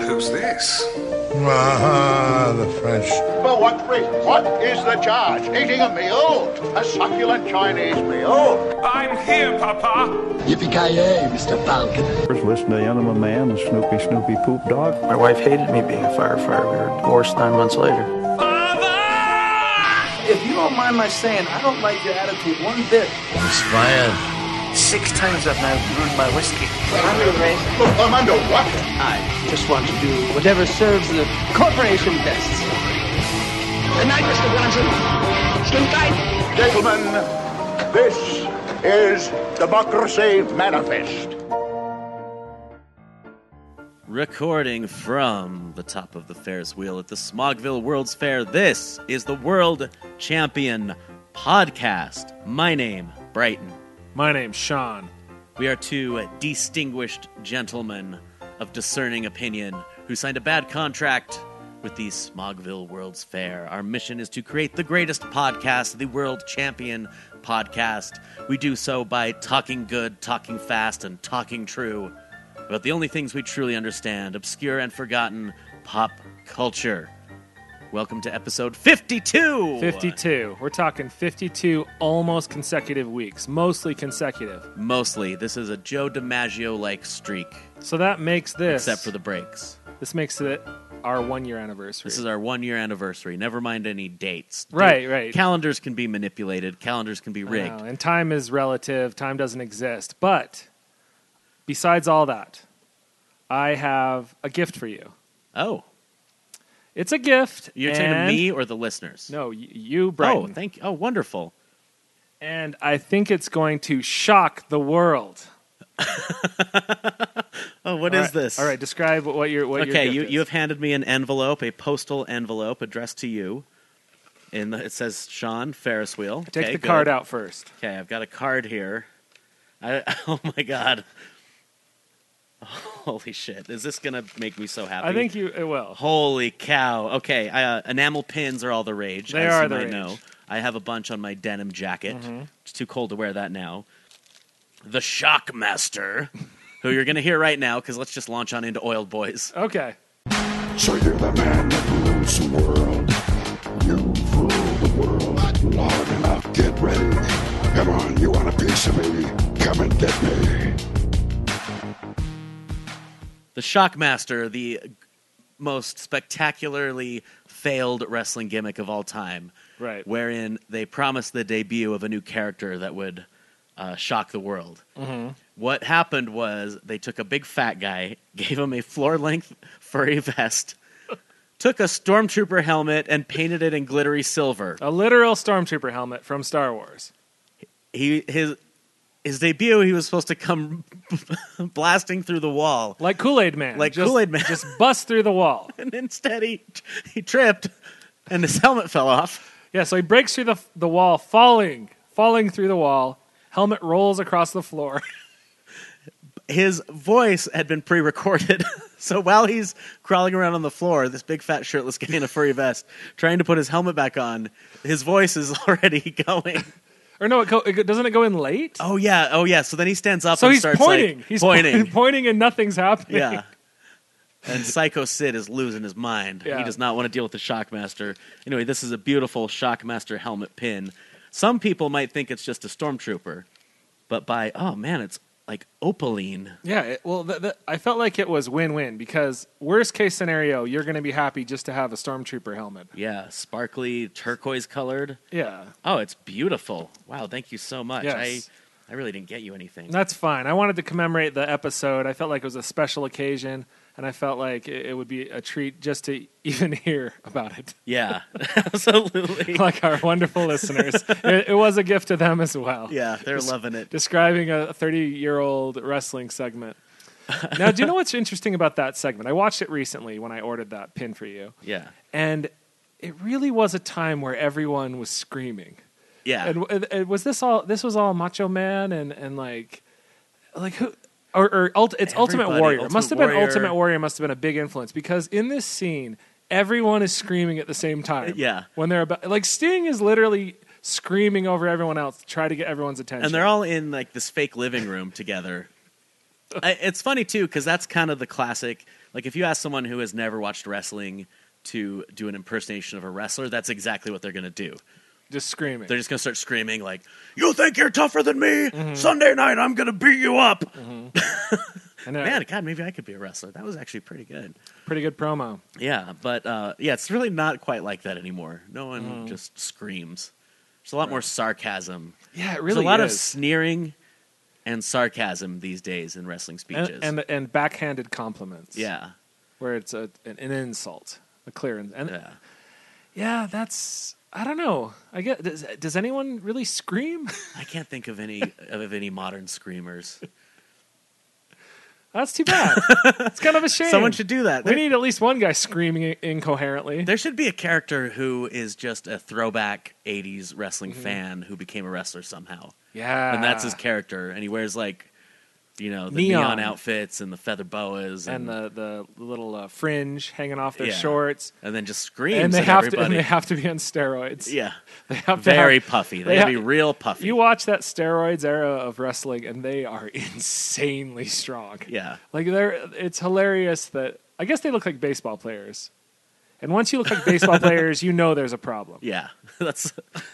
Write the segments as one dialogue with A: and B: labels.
A: tax. Ah, the French.
B: For what reason? What is the charge? Eating a meal? A succulent Chinese meal?
C: I'm here, Papa.
D: Yippee-ki-yay, Mr. Falcon.
E: First, listen to the Enema Man, the Snoopy Snoopy Poop Dog.
F: My wife hated me being a firefighter. We were divorced nine months later.
C: Father!
F: If you don't mind my saying, I don't like your attitude one bit.
A: Inspired.
F: Six times I've now ruined my whiskey.
G: I'm under arrest.
B: Look, I'm under Oh, what?
G: I just want to do whatever serves the corporation best. Good night, Mr. Brunson. Sleep tight.
B: Gentlemen, this is Democracy Manifest.
H: Recording from the top of the Ferris wheel at the Smogville World's Fair, this is the World Champion Podcast. My name, Brighton.
I: My name's Sean.
H: We are two distinguished gentlemen of discerning opinion who signed a bad contract with the Smogville World's Fair. Our mission is to create the greatest podcast, the World Champion Podcast. We do so by talking good, talking fast, and talking true about the only things we truly understand obscure and forgotten pop culture. Welcome to episode 52.
I: 52. We're talking 52 almost consecutive weeks, mostly consecutive.
H: Mostly, this is a Joe DiMaggio like streak,
I: So that makes this
H: except for the breaks.
I: this makes it our one year anniversary.
H: This is our one year anniversary. Never mind any dates. Date-
I: Right, right.
H: Calendars can be manipulated, calendars can be
I: I
H: rigged.
I: know, and time is relative. Time doesn't exist. But besides all that, I have a gift for you.
H: Oh,
I: It's a gift.
H: you're talking to
I: and-
H: me or the listeners?
I: No, y- you, Brighton.
H: Oh, thank you. Oh, wonderful.
I: and I think it's going to shock the world.
H: Oh, what
I: All
H: is
I: right-
H: this?
I: All right, describe what your what your
H: okay,
I: gift
H: you,
I: is.
H: you have handed me an envelope, a postal envelope addressed to you. And it says Sean Ferris wheel.
I: Take
H: Okay,
I: the
H: good.
I: card out first.
H: Okay, I've got a card here. I, oh my god. Holy shit. Is this going to make me so happy?
I: I think you uh, it will.
H: Holy cow. Okay, uh, enamel pins are all the rage.
I: They
H: as
I: are
H: you
I: the
H: might
I: rage. Mm-hmm.
H: know. I have a bunch on my denim jacket. It's too cold to wear that now. The Shockmaster, who you're going to hear right now, because let's just launch on into Oiled Boys.
I: Okay.
J: So you're the man that rules the world. You rule the world long enough. Get ready. Come on, you want a piece of me? Come and get me.
H: The Shockmaster, the most spectacularly failed wrestling gimmick of all time.
I: Right.
H: Wherein they promised the debut of a new character that would uh, shock the world. What happened was they took a big fat guy, gave him a floor length furry vest, took a stormtrooper helmet, and painted it in glittery silver.
I: A literal stormtrooper helmet from Star Wars.
H: He his his debut, he was supposed to come blasting through the wall.
I: Like Kool Aid Man.
H: Like
I: Just-
H: Kool-Aid Man.
I: Just bust through the wall.
H: And instead, he he tripped, and his helmet fell off.
I: Yeah, so he breaks through the, the wall, falling, falling through the wall. Helmet rolls across the floor.
H: his voice had been pre-recorded. so while he's crawling around on the floor, this big fat shirtless guy in a furry vest trying to put his helmet back on, his voice is already going.
I: or no, it, go, it go- doesn't it go in late?
H: Oh yeah, oh yeah. So then he stands up
I: so
H: and
I: he's
H: starts
I: pointing.
H: like
I: he's
H: pointing.
I: po- pointing and nothing's happening.
H: yeah. And Psycho Sid is losing his mind.
I: Yeah.
H: He does not want to deal with the Shockmaster. Anyway, this is a beautiful Shockmaster helmet pin. Some people might think it's just a stormtrooper, but by oh man, it's like opaline.
I: Yeah, it, well, th th I felt like it was win-win because worst case scenario, you're going to be happy just to have a stormtrooper helmet.
H: Yeah, sparkly turquoise colored.
I: Yeah,
H: Oh, it's beautiful. Wow, thank you so much.
I: Yes.
H: I I really didn't get you anything.
I: that's fine. I wanted to commemorate the episode. I felt like it was a special occasion, and I felt like it, it would be a treat just to even hear about it.
H: Yeah. Absolutely.
I: Like our wonderful listeners, it, it was a gift to them as well.
H: yeah, they're loving it.
I: describing a 30 year old wrestling segment. now, do you know what's interesting about that segment? I watched it recently when I ordered that pin for you,
H: Yeah.
I: and it really was a time where everyone was screaming.
H: Yeah.
I: And, w- and was this all? This was all Macho Man and and like, like who? Or, or ult, it's Ultimate
H: Everybody,
I: Warrior.
H: Ultimate
I: must have been
H: Warrior.
I: Ultimate Warrior. Must have been a big influence because in this scene, everyone is screaming at the same time.
H: Uh, Yeah.
I: when they're about like Sting is literally screaming over everyone else to try to get everyone's attention.
H: And they're all in like this fake living room together. I, it's funny too cuz that's kind of the classic Like if you ask someone who has never watched wrestling to do an impersonation of a wrestler, that's exactly what they're going to do.
I: Just screaming.
H: They're just going to start screaming like, "You think you're tougher than me?
I: Mm-hmm.
H: Sunday night I'm going to beat you up."
I: and, uh,
H: Man, God, maybe I could be a wrestler. That was actually pretty good.
I: pretty good promo.
H: Yeah, but uh, yeah, it's really not quite like that anymore. No one just screams. There's a lot more sarcasm.
I: Yeah, Mm. it
H: There's
I: really
H: a lot of
I: is.
H: sneering and sarcasm these days in wrestling
I: and,
H: speeches.
I: and and backhanded compliments.
H: yeah,
I: where it's a an, an insult, a clear in- and
H: yeah.
I: yeah, that's I don't know. I get does, does anyone really scream?
H: I can't think of any of any modern screamers.
I: that's too bad. it's kind of a shame.
H: Someone should do that.
I: We
H: There,
I: need at least one guy screaming i- incoherently.
H: there should be a character who is just a throwback '80s wrestling
I: Mm-hmm.
H: fan who became a wrestler somehow,
I: yeah,
H: and that's his character. And he wears like, you know, the neon,
I: Ah. Neon.
H: outfits and the feather boas, and,
I: and the the little uh, fringe hanging off their
H: Yeah.
I: shorts.
H: and then just screams
I: And they
H: at
I: have to,
H: everybody.
I: and they have to be on steroids.
H: Yeah.
I: They have to
H: Very
I: have-
H: puffy. They
I: they
H: gotta
I: have-
H: be real puffy.
I: You watch that steroids era of wrestling, and they are insanely strong.
H: yeah.
I: Like they're it's hilarious that I guess they look like baseball players. And once you look like baseball players, you know there's a problem.
H: Yeah. That's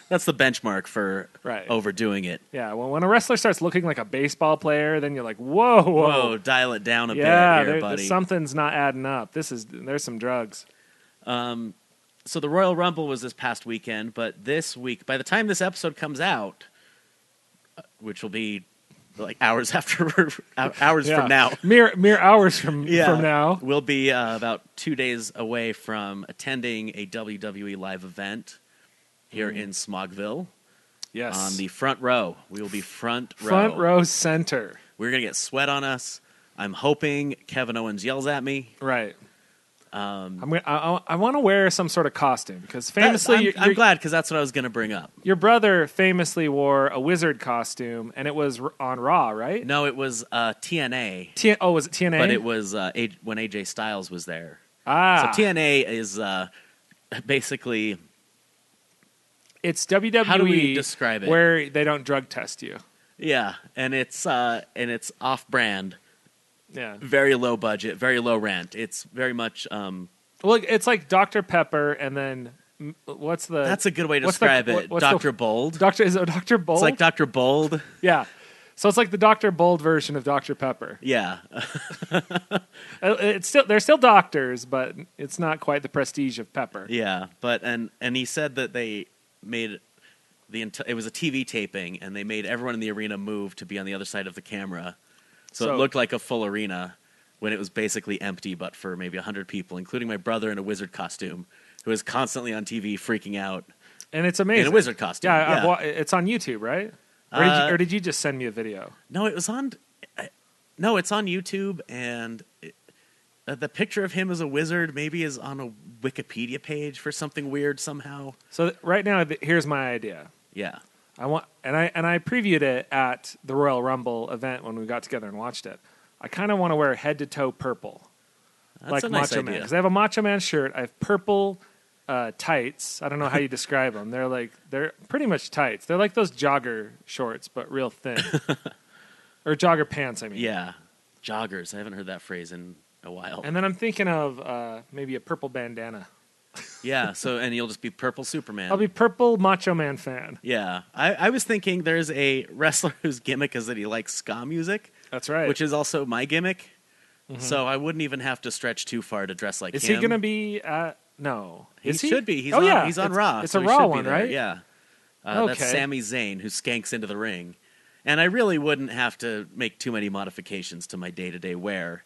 H: that's the benchmark for
I: Right.
H: overdoing it.
I: Yeah, well when a wrestler starts looking like a baseball player, then you're like, "Whoa, whoa."
H: Whoa, dial it down a bit
I: yeah,
H: here,
I: there-
H: buddy.
I: something's not adding up. This is there's some drugs.
H: so the Royal Rumble was this past weekend, but this week, by the time this episode comes out, uh, which will be like hours after we're- hours
I: Yeah.
H: from now,
I: Mere mere hours from from now.
H: We'll be uh, about two days away from attending a WWE live event here in Smogville
I: Mm. Yes.
H: on the front row. We will be front row.
I: front row center.
H: We're going to get sweat on us. I'm hoping Kevin Owens yells at me.
I: Right. Um, I'm gonna, I, I- I want to wear some sort of costume because famously,
H: That- I'm,
I: you're-
H: I'm
I: you're-
H: glad because that's what I was going to bring up.
I: Your brother famously wore a wizard costume, and it was r- on Raw, right?
H: No, it was uh, TNA,
I: T- oh, was it TNA?
H: but it was uh, A- when AJ Styles was there.
I: ah.
H: So TNA is uh, basically
I: it's WWE.
H: How do we describe it?
I: Where they don't drug test you.
H: yeah, and it's uh, and it's off brand,
I: Yeah.
H: very low budget, very low rent. It's very much um,
I: Well, it's like Dr Pepper, and then mm, what's the?
H: that's a good way to
I: what's
H: describe
I: the,
H: it. Doctor Bold.
I: Doctor is it Doctor Bold?
H: It's like Doctor Bold.
I: yeah. So it's like the Doctor Bold version of Dr Pepper.
H: Yeah,
I: Uh, It's still they're still doctors, but it's not quite the prestige of Pepper.
H: Yeah, but and and he said that they made the ent- it was a TV taping and they made everyone in the arena move to be on the other side of the camera, so, it
I: So-
H: looked like a full arena when it was basically empty, but for maybe hundred people, including my brother in a wizard costume, who is constantly on TV freaking out
I: And it's amazing.
H: in a wizard costume.
I: Yeah, I've wa- it's on YouTube, right? Or did,
H: Uh,
I: you, or did you just send me a video?
H: no, it was on. I- No, it's on YouTube, and it, uh, the picture of him as a wizard maybe is on a Wikipedia page for something weird somehow.
I: So th- right now, th- here's my idea.
H: Yeah,
I: I want, and I and I previewed it at the Royal Rumble event when we got together and watched it. I kind of want to wear head to toe purple,
H: that's
I: like
H: a nice
I: Macho
H: idea.
I: Man, because I have a Macho Man shirt. I have purple uh, tights. I don't know how you describe them. They're like they're pretty much tights. They're like those jogger shorts, but real thin, or jogger pants. I mean,
H: Yeah, joggers. I haven't heard that phrase in a while.
I: And then I'm thinking of uh, maybe a purple bandana.
H: yeah. So and you'll just be purple Superman.
I: I'll be purple Macho Man fan.
H: Yeah, I, I was thinking there's a wrestler whose gimmick is that he likes ska music,
I: That's right. Mm-hmm.
H: which is also my gimmick. So I wouldn't even have to stretch too far to dress like
I: Is
H: him.
I: he going to be at? No,
H: He
I: is
H: should be. He's
I: oh
H: on,
I: yeah,
H: he's on
I: it's,
H: Raw.
I: It's
H: so
I: a
H: he
I: Raw
H: should be
I: one,
H: there.
I: right?
H: Yeah. Uh, That's
I: Okay.
H: Sami Zayn who skanks into the ring, and I really wouldn't have to make too many modifications to my day to day wear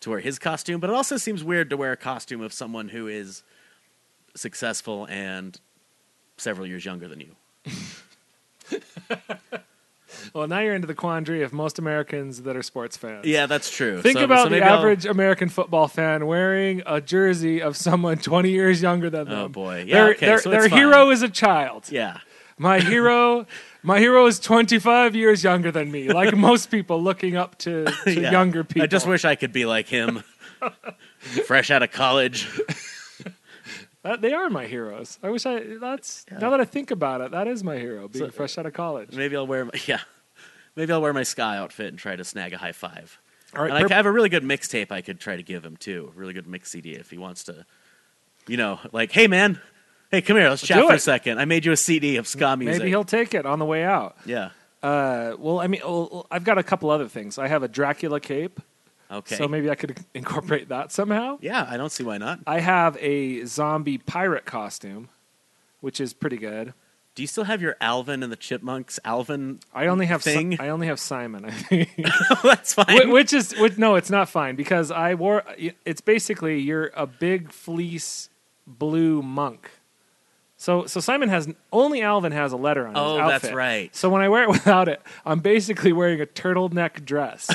H: to wear his costume. But it also seems weird to wear a costume of someone who is successful and several years younger than you.
I: Well, now you're into the quandary of most Americans that are sports fans.
H: Yeah, that's true.
I: Think
H: So-
I: about
H: so
I: the
H: maybe I'll-
I: average American football fan wearing a jersey of someone 20 years younger than them.
H: Oh, boy. Yeah,
I: their
H: okay,
I: their,
H: so
I: their
H: it's fine.
I: hero is a child.
H: Yeah,
I: My hero, my hero is 25 years younger than me. Like most people looking up to, to
H: Yeah.
I: younger people.
H: I just wish I could be like him, fresh out of college.
I: That- they are my heroes. I wish I. That's now that I think about it, that is my hero. Being fresh out of college.
H: Maybe I'll wear my yeah. Maybe I'll wear my sky outfit and try to snag a high five.
I: All right,
H: and I
I: purp-
H: have a really good mixtape I could try to give him too. A really good mix CD if he wants to, you know, like, hey man, hey come here, let's chat
I: Do
H: for
I: it.
H: a second. I made you a CD of ska music.
I: maybe he'll take it on the way out.
H: Yeah.
I: Uh, well, I mean, well, I've got a couple other things. I have a Dracula cape,
H: Okay.
I: so maybe I could incorporate that somehow.
H: yeah, I don't see why not.
I: I have a zombie pirate costume, which is pretty good.
H: Do you still have your Alvin and the Chipmunks? Alvin,
I: I only have Si-
H: Thing.
I: I only have Simon. I think.
H: that's fine.
I: Wh- which is which, no, it's not fine because I wore. It's basically you're a big fleece blue monk. So so Simon has only Alvin has a letter on.
H: Oh,
I: his
H: that's
I: outfit.
H: right.
I: So when I wear it without it, I'm basically wearing a turtleneck dress.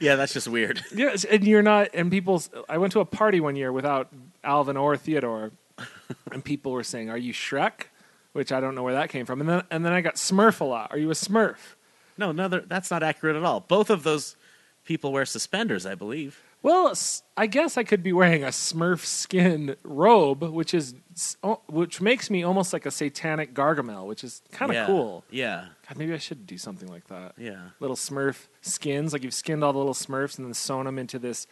H: yeah, that's just weird.
I: yes, and you're not. And people, I went to a party one year without Alvin or Theodore, and people were saying, "Are you Shrek?" Which I don't know where that came from. And then and then I got Smurf a lot. Are you a Smurf?
H: No, no, they're- that's not accurate at all. Both of those people wear suspenders, I believe.
I: Well, s- I guess I could be wearing a Smurf skin robe, which is s- o- which makes me almost like a satanic Gargamel, which is kind of
H: yeah.
I: cool.
H: Yeah,
I: God, maybe I should do something like that.
H: yeah.
I: Little Smurf skins, like you've skinned all the little Smurfs and then sewn them into this,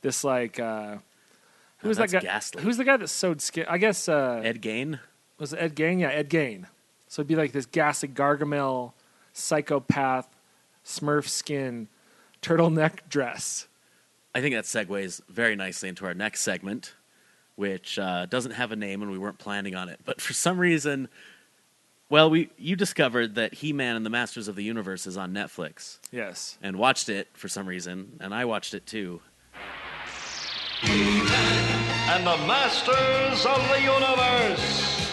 I: this like. Uh, Who's that guy?
H: Oh, that's ghastly.
I: Who's the guy that sewed skin? I guess uh,
H: Ed Gain.
I: was it Ed Gain? Yeah, Ed Gain. So it'd be like this ghastly Gargamel, psychopath, Smurf skin, turtleneck dress.
H: I think that segues very nicely into our next segment, which uh, doesn't have a name and we weren't planning on it. But for some reason, well, we you discovered that He Man and the Masters of the Universe is on Netflix
I: Yes.
H: and watched it for some reason, and I watched it too.
B: And the masters of the universe.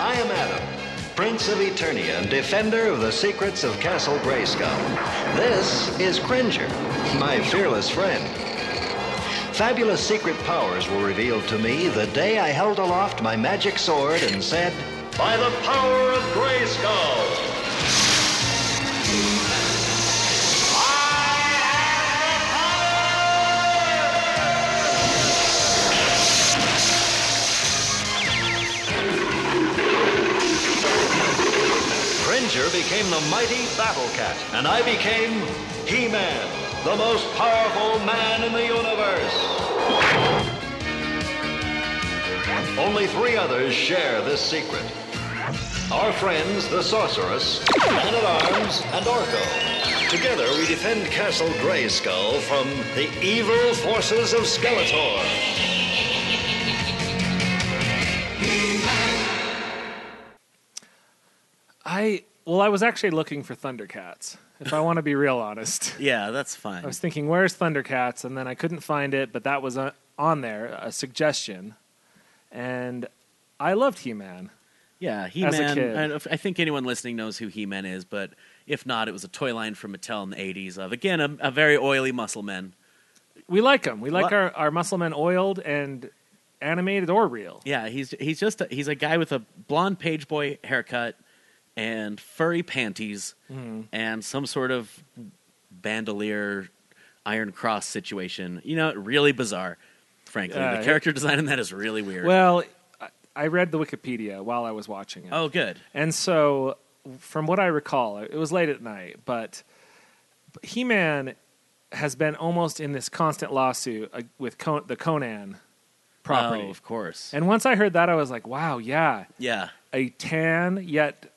K: I am Adam, Prince of Eternia and defender of the secrets of Castle Grayskull. This is Cringer, my fearless friend. Fabulous secret powers were revealed to me the day I held aloft my magic sword and said,
B: By the power of Grayskull.
K: Cringer became the mighty Battle Cat, and I became He-Man, the most powerful man in the universe. Only three others share this secret. Our friends, the Sorceress, Man-at-Arms, and Orko. Together, we defend Castle Grayskull from the evil forces of Skeletor.
I: I well, I was actually looking for Thundercats. If I want to be real honest,
H: Yeah, that's fine.
I: I was thinking, "Where's Thundercats?" And then I couldn't find it, but that was uh on there, a suggestion. And I loved He-Man.
H: yeah, He Man.
I: kid.
H: I, I think anyone listening knows who He Man is, but if not, it was a toy line from Mattel in the 80s of, again, a, a very oily muscle man.
I: We like him. We like
H: What?
I: our our muscle men oiled and animated or real.
H: Yeah, he's he's just a, he's a guy with a blonde page boy haircut and furry panties
I: Mm-hmm.
H: and some sort of bandolier iron cross situation. You know, really bizarre. Frankly,
I: Yeah,
H: the
I: it-
H: character design in that is really weird.
I: Well, I, I read the Wikipedia while I was watching it.
H: oh, good.
I: And so, from what I recall, it was late at night, but He Man has been almost in this constant lawsuit uh, with Con- the Conan property.
H: Oh, of course.
I: And once I heard that, I was like, wow, yeah,
H: yeah,
I: a tan, yet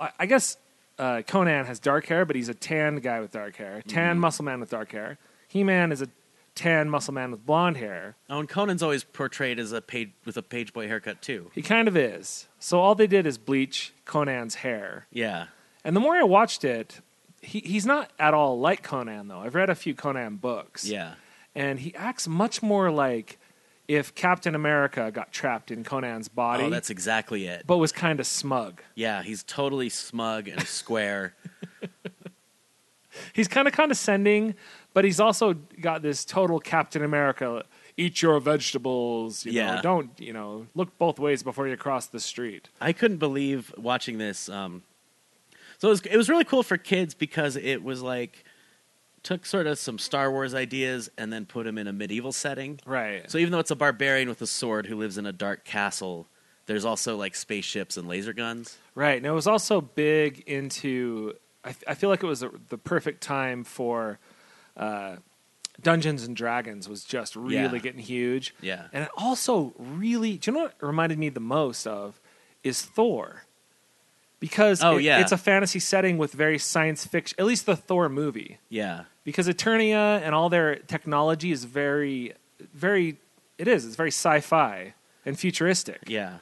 I: I I guess uh, Conan has dark hair, but he's a tan guy with dark hair,
H: Mm-hmm.
I: tan muscle man with dark hair. He Man is a tan muscle man with blonde hair.
H: Oh, and Conan's always portrayed as a page with a page boy haircut too.
I: He kind of is. So all they did is bleach Conan's hair.
H: Yeah,
I: And the more I watched it, he, he's not at all like Conan, though. I've read a few Conan books.
H: yeah,
I: And he acts much more like if Captain America got trapped in Conan's body,
H: oh, that's exactly it.
I: but was kind of smug.
H: Yeah, he's totally smug and square.
I: He's kind of condescending, but he's also got this total Captain America eat your vegetables, you
H: Yeah.
I: know, don't, you know, look both ways before you cross the street.
H: I couldn't believe watching this. Um, so it was it was really cool for kids because it was like took sort of some Star Wars ideas and then put them in a medieval setting.
I: Right.
H: So even though it's a barbarian with a sword who lives in a dark castle, there's also like spaceships and laser guns.
I: Right. And it was also big into I, f- I feel like it was the, the perfect time for uh, Dungeons and Dragons was just really
H: Yeah.
I: getting huge.
H: Yeah.
I: and it also really, do you know what it reminded me the most of is Thor, because
H: Oh,
I: it-
H: yeah.
I: it's a fantasy setting with very science fiction. At least the Thor movie
H: Yeah.
I: because Eternia and all their technology is very, very. It is. It's very sci-fi and futuristic.
H: Yeah.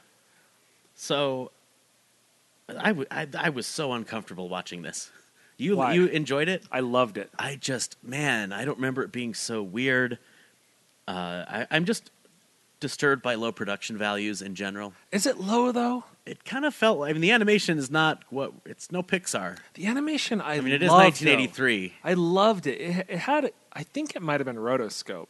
H: So I w- I- I was so uncomfortable watching this. You
I: Why?
H: you enjoyed it?
I: I loved it.
H: I just man, I don't remember it being so weird. Uh, I, I'm just disturbed by low production values in general.
I: Is it low though?
H: It kind of felt. I mean, the animation is not what it's no Pixar.
I: The animation I,
H: I mean, it is
I: loved,
H: 1983.
I: though. I loved it. it. It had. I think it might have been rotoscope.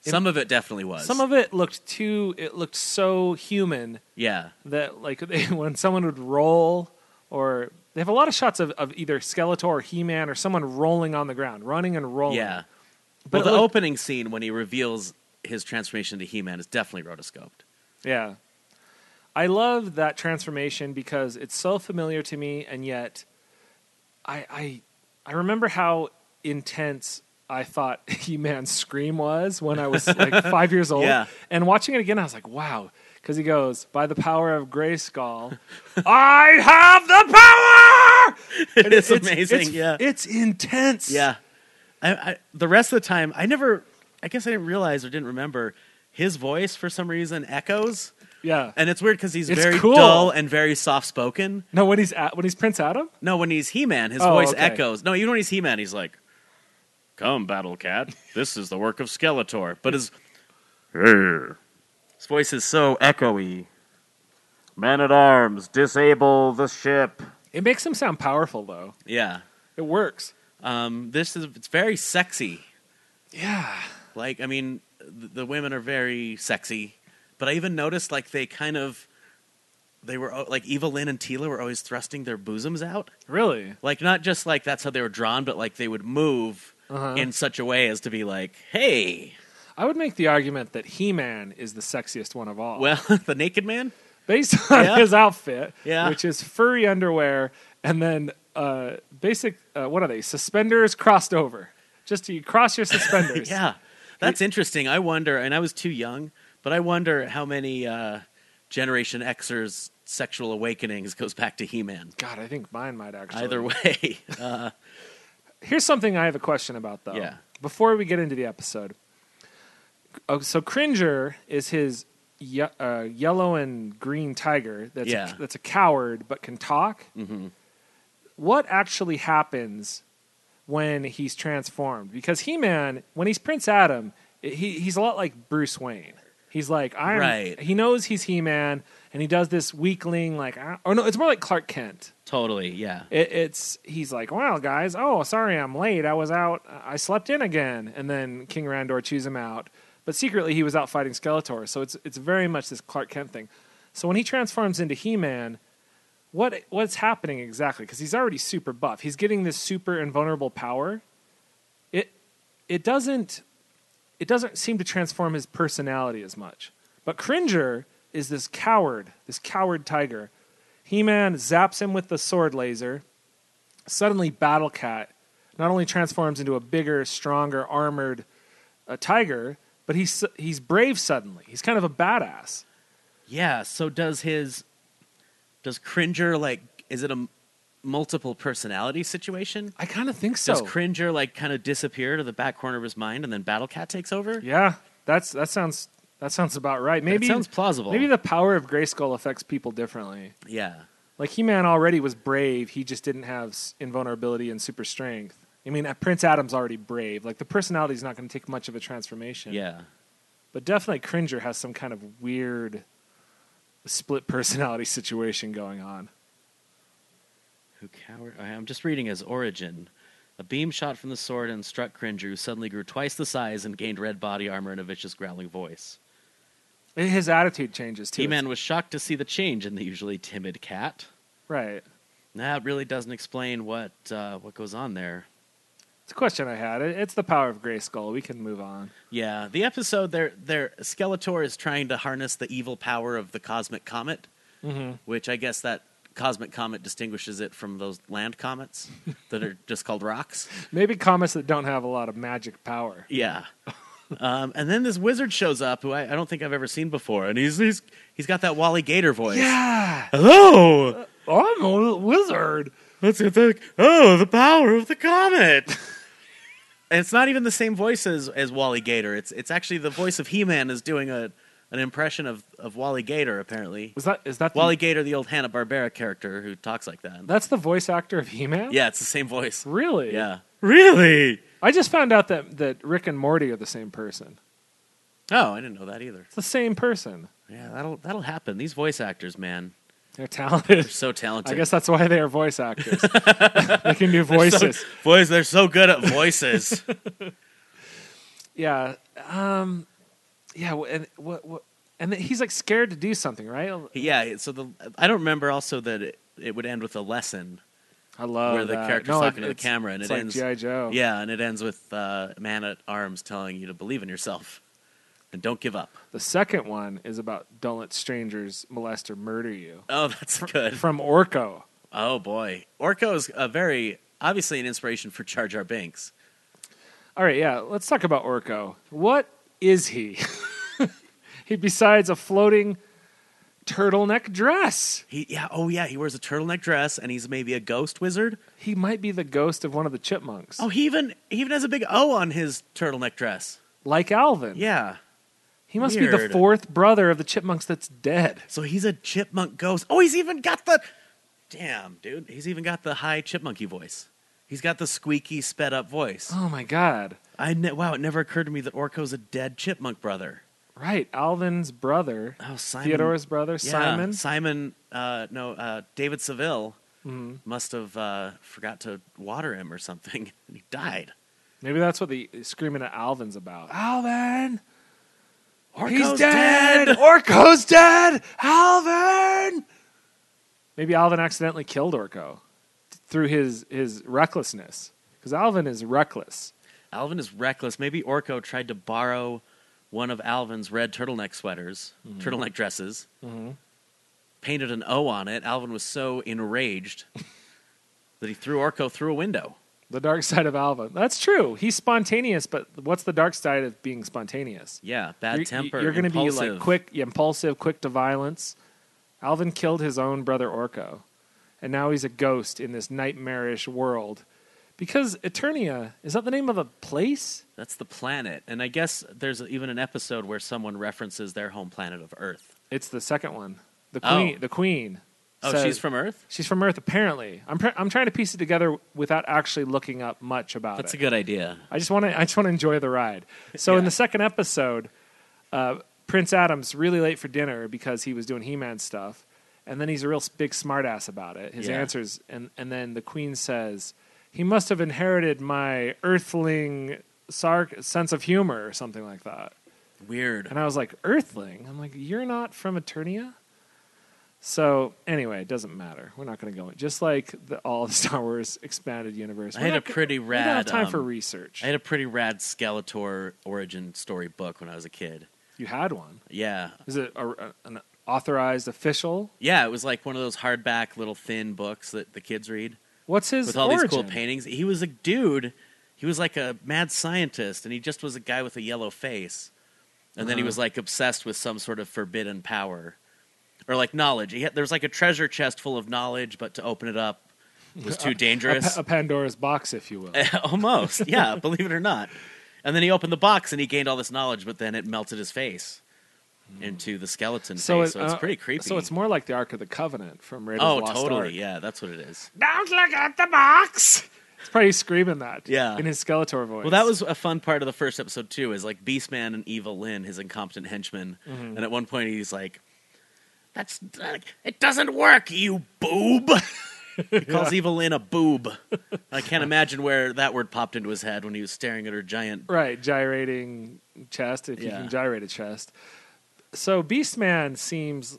H: Some of it definitely was.
I: Some of it looked too. It looked so human
H: yeah,
I: that like they, when someone would roll or they have a lot of shots of, of either Skeletor or He Man or someone rolling on the ground, running and rolling.
H: yeah.
I: But
H: But
I: it
H: the
I: looked-
H: opening scene when he reveals his transformation to He-Man is definitely rotoscoped.
I: Yeah. I love that transformation because it's so familiar to me and yet I I I remember how intense I thought He Man's scream was when I was like five years old.
H: Yeah.
I: And watching it again, I was like, wow. Because he goes, by the power of Grayskull, I have the power!
H: It is
I: It's-
H: amazing.
I: it's-
H: yeah,
I: It's intense.
H: Yeah. I, I, the rest of the time, I never, I guess I didn't realize or didn't remember his voice for some reason echoes.
I: Yeah.
H: And it's weird because he's
I: It's
H: very
I: cool.
H: dull and very soft spoken.
I: no, when he's at, when he's Prince Adam?
H: No, when he's He Man, his
I: Oh,
H: voice
I: okay.
H: echoes. No, even when he's He Man, he's like, Come, Battle Cat. This is the work of Skeletor. But his, "Arr." his voice is so echoey. Man at arms, disable the ship.
I: It makes him sound powerful though.
H: Yeah.
I: It works.
H: Um, this is, it's very sexy.
I: Yeah.
H: Like, I mean, th- the women are very sexy, but I even noticed like they kind of they were al- like Eva Lynn and Tila were always thrusting their bosoms out,
I: Really?
H: like not just like that's how they were drawn, but like they would move
I: Uh-huh.
H: in such a way as to be like, hey,
I: I would make the argument that He Man is the sexiest one of all.
H: well, the naked man,
I: based on
H: Yeah.
I: his outfit,
H: Yeah.
I: which is furry underwear and then uh, basic, uh, what are they? Suspenders crossed over. Just you cross your suspenders.
H: yeah, that's interesting. I wonder, and I was too young, but I wonder how many uh, Generation Xers sexual awakenings goes back to He Man.
I: God, I think mine might actually.
H: Either way, uh,
I: Here's something I have a question about, though.
H: Yeah.
I: Before we get into the episode. Oh, so Cringer is his ye- uh, yellow and green tiger that's,
H: Yeah. Mm-hmm.
I: a, that's a coward but can talk. What actually happens when he's transformed? Because He Man, when he's Prince Adam, i- he, he's a lot like Bruce Wayne. He's like, I'm.
H: Right.
I: He knows he's He Man, and he does this weakling, like, "Ah," or no, it's more like Clark Kent.
H: totally, yeah.
I: It, it's he's like, well, guys, oh, sorry, I'm late. I was out. I slept in again, and then King Randor chews him out. But secretly, he was out fighting Skeletor. So it's it's very much this Clark Kent thing. So when he transforms into He Man, what what's happening exactly? Because he's already super buff. He's getting this super invulnerable power. It it doesn't it doesn't seem to transform his personality as much. But Cringer is this coward, this coward tiger. He Man zaps him with the sword laser. Suddenly, Battle Cat not only transforms into a bigger, stronger, armored uh, tiger, but he's, he's brave suddenly. He's kind of a badass.
H: Yeah. So does his does Cringer like is it a m- multiple personality situation?
I: I kind of think so.
H: Does Cringer like kind of disappear to the back corner of his mind and then Battle Cat takes over?
I: yeah, that's, that, sounds, that sounds about right. Maybe,
H: sounds plausible.
I: Maybe the power of Grayskull affects people differently.
H: Yeah.
I: Like He Man already was brave. He just didn't have s- invulnerability and super strength. I mean, uh, Prince Adam's already brave. Like the personality's not going to take much of a transformation.
H: Yeah.
I: But definitely Cringer has some kind of weird split personality situation going on.
H: Who coward? I- I'm just reading his origin. A beam shot from the sword and struck Cringer, who suddenly grew twice the size and gained red body armor and a vicious growling voice.
I: And His attitude changes too.
H: T Man was shocked to see the change in the usually timid cat.
I: Right.
H: That really doesn't explain what uh, what goes on there.
I: It's a question I had. It- It's the power of Grayskull. We can move on.
H: Yeah, the episode there, there Skeletor is trying to harness the evil power of the cosmic comet, which I guess that cosmic comet distinguishes it from those land comets that are just called rocks.
I: Maybe comets that don't have a lot of magic power.
H: Yeah. Um, and then this wizard shows up, who I, I don't think I've ever seen before, and he's he's he's got that Wally Gator voice.
I: Yeah,
H: Hello,
I: I'm a wizard.
H: let's get the oh the power of the comet. and it's not even the same voice as, as Wally Gator. It's it's actually the voice of He Man is doing a an impression of, of Wally Gator apparently.
I: Is that is that the,
H: Wally Gator, the old Hanna Barbera character who talks like that.
I: That's the voice actor of He-Man.
H: Yeah, it's the same voice.
I: really.
H: Yeah. Really?
I: I just found out that that Rick and Morty are the same person.
H: Oh, I didn't know that either.
I: It's the same person.
H: Yeah, that'll that'll happen. These voice actors, man,
I: They're talented.
H: they're so talented.
I: I guess that's why they are voice actors. they can do
H: So-
I: voices.
H: boys, they're so good at voices.
I: Yeah. Um, yeah. wh- And what? what and then he's like scared to do something, right?
H: yeah. So the I don't remember also that it, it would end with a lesson.
I: I love
H: Where the
I: that.
H: character's
I: No,
H: talking to the
I: it's-
H: camera and
I: it's
H: it
I: like
H: ends-
I: GI Joe.
H: Yeah, and it ends with uh, man at arms telling you to believe in yourself and don't give up.
I: The second one is about don't let strangers molest or murder you.
H: Oh, that's good.
I: From Orko.
H: Oh boy, Orko is a very obviously an inspiration for Jar Jar Binks.
I: All right, yeah, let's talk about Orko. What is he? he besides a floating turtleneck dress.
H: He yeah oh yeah he wears a turtleneck dress and he's maybe a ghost wizard.
I: He might be the ghost of one of the chipmunks.
H: Oh he even he even has a big O on his turtleneck dress.
I: Like Alvin.
H: Yeah.
I: he must be the
H: weird.
I: fourth brother of the chipmunks that's dead.
H: So he's a chipmunk ghost. Oh, he's even got the damn dude. He's even got the high chipmunky voice. He's got the squeaky, sped up voice.
I: Oh my god.
H: I ne- wow, it never occurred to me that Orko's a dead chipmunk brother.
I: Right, Alvin's brother,
H: Oh, Simon.
I: Theodore's brother,
H: Yeah,
I: Simon.
H: Simon. Uh, no, uh, David Seville
I: Mm-hmm.
H: must have uh, forgot to water him or something, and he died.
I: Maybe that's what the screaming at Alvin's about. Alvin!
H: Orko's
I: He's dead! Orko's dead! Alvin! Maybe Alvin accidentally killed Orko through his, his recklessness. Because Alvin is reckless.
H: Alvin is reckless. Maybe Orko tried to borrow one of Alvin's red turtleneck sweaters,
I: Mm-hmm.
H: turtleneck dresses, painted an O on it. Alvin was so enraged that he threw Orko through a window.
I: The dark side of Alvin. That's true. He's spontaneous, but what's the dark side of being spontaneous?
H: Yeah, bad
I: You're-
H: temper.
I: You're gonna be like
H: impulsive.
I: quick, impulsive, quick to violence. Alvin killed his own brother Orko, and now he's a ghost in this nightmarish world. Because Eternia is that the name of a place?
H: That's the planet. And I guess there's even an episode where someone references their home planet of Earth.
I: It's the second one. The
H: Oh.
I: queen. The queen.
H: Oh,
I: says-
H: she's from Earth?
I: She's from Earth, apparently. I'm pr- I'm trying to piece it together without actually looking up much about
H: That's
I: it.
H: a good idea.
I: I just want to. I just want to enjoy the ride. So in
H: Yeah.
I: the second episode, uh, Prince Adam's really late for dinner because he was doing He-Man stuff, and then he's a real s- big smartass about it. His
H: Yeah.
I: answers, and and then the Queen says he must have inherited my Earthling sarc- sense of humor or something like that.
H: Weird.
I: And I was like, Earthling? I'm like, you're not from Eternia? So anyway, it doesn't matter. We're not going to go in. Just like the, all of Star Wars expanded universe.
H: I
I: we're
H: had
I: not
H: a
I: go-
H: pretty
I: We don't have
H: rad,
I: time for
H: um,
I: research.
H: I had a pretty rad Skeletor origin story book when I was a kid.
I: you had one.
H: Yeah,
I: Is it a, a- an authorized official?
H: Yeah, it was like one of those hardback little thin books that the kids read
I: What's his
H: with all
I: origin?
H: these cool paintings. He was a dude. He was like a mad scientist, and he just was a guy with a yellow face. And then he
I: Uh-huh.
H: was like obsessed with some sort of forbidden power or like knowledge. He had, there was like a treasure chest full of knowledge, but to open it up was too
I: A,
H: dangerous.
I: pa- a Pandora's box, if you will.
H: Almost, yeah, believe it or not. And then he opened the box and he gained all this knowledge, but then it melted his face into the skeleton face.
I: Hmm. it-
H: so it's
I: uh,
H: pretty creepy.
I: So it's more like the Ark of the Covenant from Raiders
H: oh,
I: of the Lost
H: totally.
I: Ark.
H: Yeah, that's what it is.
I: Don't look at the box. It's probably screaming that.
H: Yeah.
I: in his Skeletor voice.
H: Well, that was a fun part of the first episode too. Is like Beastman and Evil Lynn, his incompetent henchmen,
I: Mm-hmm.
H: and at one point he's like, "That's it doesn't work, you boob." he calls Evil Lynn a boob. I can't imagine where that word popped into his head when he was staring at her giant.
I: Right, gyrating chest, if you
H: Yeah.
I: can gyrate a chest. So Beastman seems